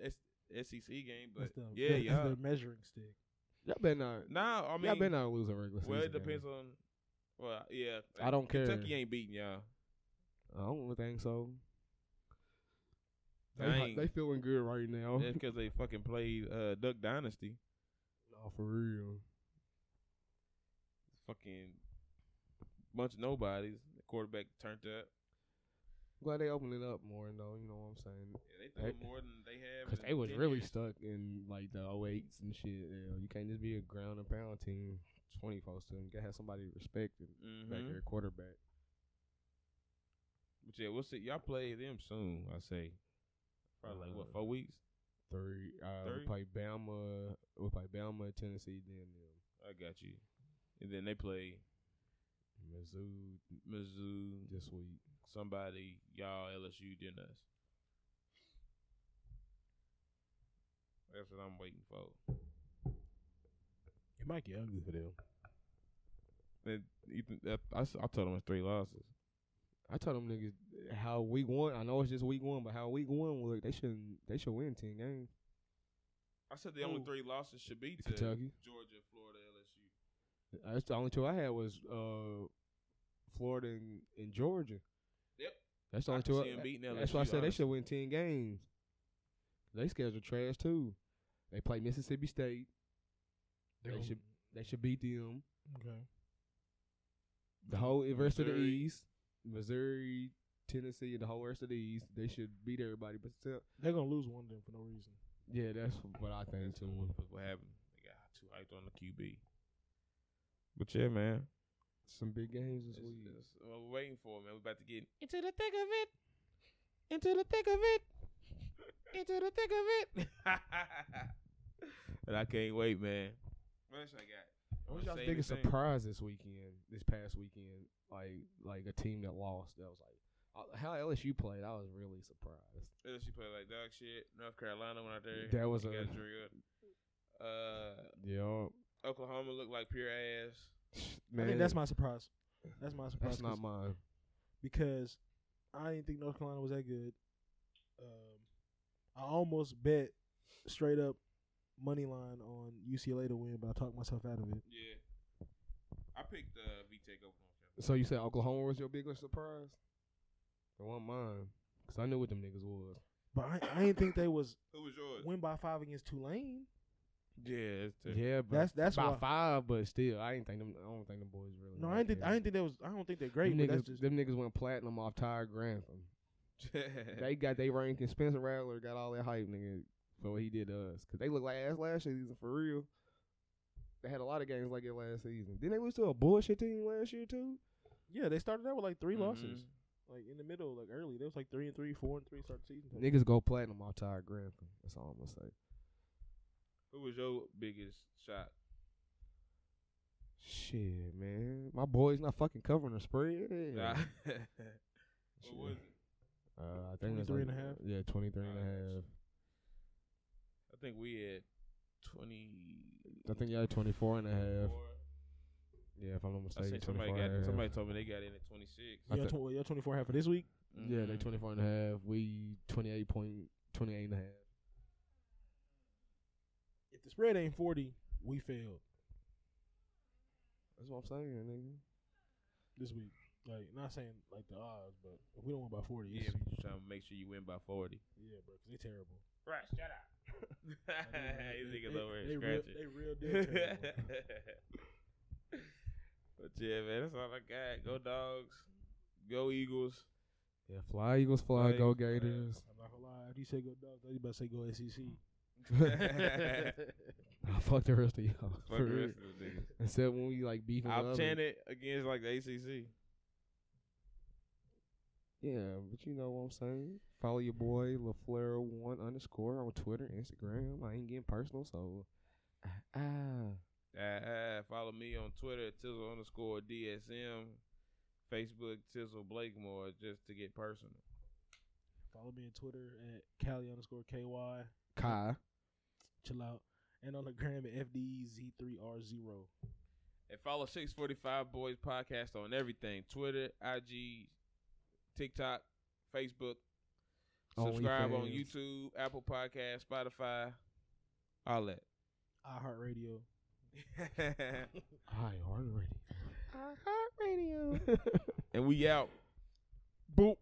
Speaker 1: that's SEC game, but
Speaker 2: That's the,
Speaker 1: yeah,
Speaker 2: that's
Speaker 1: yeah.
Speaker 2: their measuring stick.
Speaker 3: Y'all better not.
Speaker 1: Now I mean,
Speaker 3: y'all better not lose a regular
Speaker 1: well, it
Speaker 3: season game.
Speaker 1: depends on. Well, yeah,
Speaker 3: I don't care.
Speaker 1: Kentucky ain't beating y'all.
Speaker 3: I don't think so. They,
Speaker 1: Dang.
Speaker 3: they feeling good right now.
Speaker 1: That's because they fucking played uh, Duck Dynasty.
Speaker 3: No, for real.
Speaker 1: Fucking bunch of nobodies. The quarterback turned up.
Speaker 3: Glad they opened it up more though. You know what I'm saying?
Speaker 1: Yeah, they threw
Speaker 3: They-
Speaker 1: more than they have.
Speaker 3: Because
Speaker 1: in
Speaker 3: they was
Speaker 1: 10
Speaker 3: really
Speaker 1: years.
Speaker 3: stuck in like the 08s and shit. You, know, you can't just be a ground and pound team
Speaker 1: Mm-hmm.
Speaker 3: 24 seven. You gotta have somebody respected back
Speaker 1: Mhm.
Speaker 3: there, quarterback.
Speaker 1: But yeah, we'll see. Y'all play them soon. I say probably like what
Speaker 3: Uh,
Speaker 1: four weeks.
Speaker 3: Three. Uh,
Speaker 1: Three?
Speaker 3: We play Bama. We play Bama, Tennessee, then them.
Speaker 1: I got you. And then they play
Speaker 3: Mizzou
Speaker 1: Mizzou,
Speaker 3: this week.
Speaker 1: somebody, y'all, LSU, then us. That's what I'm waiting for.
Speaker 2: It might get ugly for them.
Speaker 1: And Ethan, that- I, s- I told him it's three losses.
Speaker 3: I told them niggas how week one. I know it's just week one, but how week one look, they shouldn't. They should win ten games.
Speaker 1: I said the only
Speaker 3: Who?
Speaker 1: three losses should be to
Speaker 3: Kentucky.
Speaker 1: Georgia, Florida, LSU.
Speaker 3: That's the only two I had was uh, Florida and, and Georgia.
Speaker 1: Yep.
Speaker 3: That's the
Speaker 1: I
Speaker 3: only
Speaker 1: can
Speaker 3: two.
Speaker 1: see 'em beating
Speaker 3: that's why I
Speaker 1: LSU,
Speaker 3: said they
Speaker 1: honestly.
Speaker 3: should win ten games. They schedule trash too. They play Mississippi State. They
Speaker 2: gon-
Speaker 3: should they should beat them.
Speaker 2: Okay.
Speaker 3: The whole rest of the
Speaker 1: Missouri.
Speaker 3: East, Missouri, Tennessee, the whole rest of the East, they should beat everybody. But still,
Speaker 2: They're gonna lose one of them for no reason.
Speaker 3: yeah, that's what I think
Speaker 1: That's
Speaker 3: too.
Speaker 1: what- what happened. They got too hyped on the QB. But yeah, man.
Speaker 3: Some big games this
Speaker 1: It's-
Speaker 3: week.
Speaker 1: it's- well, we're waiting for it, man. We're about to get
Speaker 3: Into the thick of it. Into the thick of it. Into the thick of it.
Speaker 1: and I can't wait, man. What else I got?
Speaker 3: What
Speaker 1: Wanna
Speaker 3: was y'all's
Speaker 1: say
Speaker 3: biggest
Speaker 1: anything?
Speaker 3: surprise this weekend? This past weekend, like like a team that lost. That was like uh, how LSU played. I was really surprised.
Speaker 1: LSU played like dog shit. North Carolina went out there.
Speaker 3: That was
Speaker 1: They
Speaker 3: a
Speaker 1: got drilled. Uh,
Speaker 3: yeah.
Speaker 1: Oklahoma looked like pure ass.
Speaker 3: Man,
Speaker 2: I think that's my surprise. That's my surprise.
Speaker 3: that's not
Speaker 2: 'cause-
Speaker 3: mine.
Speaker 2: because I didn't think North Carolina was that good. Um, I almost bet straight up money line on UCLA to win, but I talked myself out of it.
Speaker 1: Yeah. I picked uh, VTech over North Carolina.
Speaker 3: So you said Oklahoma was your biggest surprise? It wasn't mine because I knew what them niggas was.
Speaker 2: But I, I didn't think they was
Speaker 1: Who was yours?
Speaker 2: win by five against Tulane.
Speaker 1: Yeah, that's terrible.
Speaker 3: Yeah, but
Speaker 2: That's that's
Speaker 3: by
Speaker 2: why.
Speaker 3: five, but still, I didn't think them. I don't think them boys really.
Speaker 2: No,
Speaker 3: like
Speaker 2: I didn't. Think,
Speaker 3: that.
Speaker 2: I didn't think that was. I don't think they're great.
Speaker 3: Them
Speaker 2: But that's
Speaker 3: niggas,
Speaker 2: just
Speaker 3: them niggas went platinum off Ty Grantham.
Speaker 1: they,
Speaker 3: they got they rank and Spencer Rattler got all that hype, nigga, for what he did to us. Cause they look like ass last season for real. They had a lot of games like it last season. Didn't they lose to a bullshit team last year too?
Speaker 2: yeah. They started out with like 3
Speaker 1: Mm-hmm.
Speaker 2: losses, like in the middle, like early. They was like three and three, four and three. Start the
Speaker 1: Mm-hmm.
Speaker 2: season.
Speaker 3: Niggas go platinum off Ty Grantham. That's all I'm gonna say.
Speaker 1: Who was your biggest shot?
Speaker 3: Shit, man, my boy's not fucking covering the spread.
Speaker 1: Nah.
Speaker 3: Shit.
Speaker 1: what was it?
Speaker 3: Uh, I think it's
Speaker 2: 23 and
Speaker 3: like-
Speaker 2: a half?
Speaker 3: Yeah, 23 and a
Speaker 1: Alright.
Speaker 3: half.
Speaker 1: I think we had twenty.
Speaker 3: I think y'all 24 and a half.
Speaker 1: four.
Speaker 3: Yeah, if I'm not
Speaker 1: I
Speaker 3: mistaken,
Speaker 1: think somebody
Speaker 3: 24
Speaker 1: got
Speaker 3: and a half.
Speaker 1: somebody told me they got in at Mm-hmm. twenty six.
Speaker 3: I
Speaker 2: Y'all,
Speaker 3: think-
Speaker 2: tw- well, y'all twenty four half for this week.
Speaker 1: Mm.
Speaker 3: Yeah, they 24 and a half. We 28 point 28 and a half.
Speaker 2: If the spread ain't forty, we failed
Speaker 3: That's what I'm saying, nigga.
Speaker 2: this week. Like not saying like the odds, but if we don't win by forty,
Speaker 1: Yeah,
Speaker 2: it's-
Speaker 1: but you trying to make sure you win by forty.
Speaker 2: Yeah, bro, because they terrible.
Speaker 1: Right, shut up.
Speaker 2: Like, they-
Speaker 1: These
Speaker 2: they-
Speaker 1: niggas
Speaker 2: they-
Speaker 1: over
Speaker 2: they
Speaker 1: here
Speaker 2: real-
Speaker 1: scratching.
Speaker 2: They real deal terrible.
Speaker 1: but yeah, man, that's all I got. Go dogs. Go Eagles.
Speaker 3: Yeah, fly Eagles, fly,
Speaker 1: Fly
Speaker 3: go
Speaker 1: Eagles, fly.
Speaker 3: Gators.
Speaker 2: I'm not gonna lie. If you say go dogs, you about to say go E SEC.
Speaker 3: I fuck the rest of y'all.
Speaker 1: Fuck
Speaker 3: for
Speaker 1: the
Speaker 3: real.
Speaker 1: rest of them niggas.
Speaker 3: Except when we like beefing. with
Speaker 1: I'll
Speaker 3: other-
Speaker 1: chant it against like the ACC.
Speaker 3: Yeah, but you know what I'm saying. Follow your boy LaFleur one underscore on Twitter, Instagram. I ain't getting personal, so ah, ah.
Speaker 1: Uh, follow me on Twitter at Tizzle underscore DSM, Facebook Tizzle Blakemore, just to get personal.
Speaker 2: Follow me on Twitter at Cali underscore KY.
Speaker 3: Kai.
Speaker 2: Chill out. And on the gram at E FDEZ3R0.
Speaker 1: And follow 645 Boys Podcast on everything Twitter, IG, TikTok, Facebook. Subscribe on
Speaker 3: OnlyFans.
Speaker 1: YouTube, Apple Podcast, Spotify, all that.
Speaker 2: iHeartRadio.
Speaker 3: Hi, already.
Speaker 1: and we out. Boop.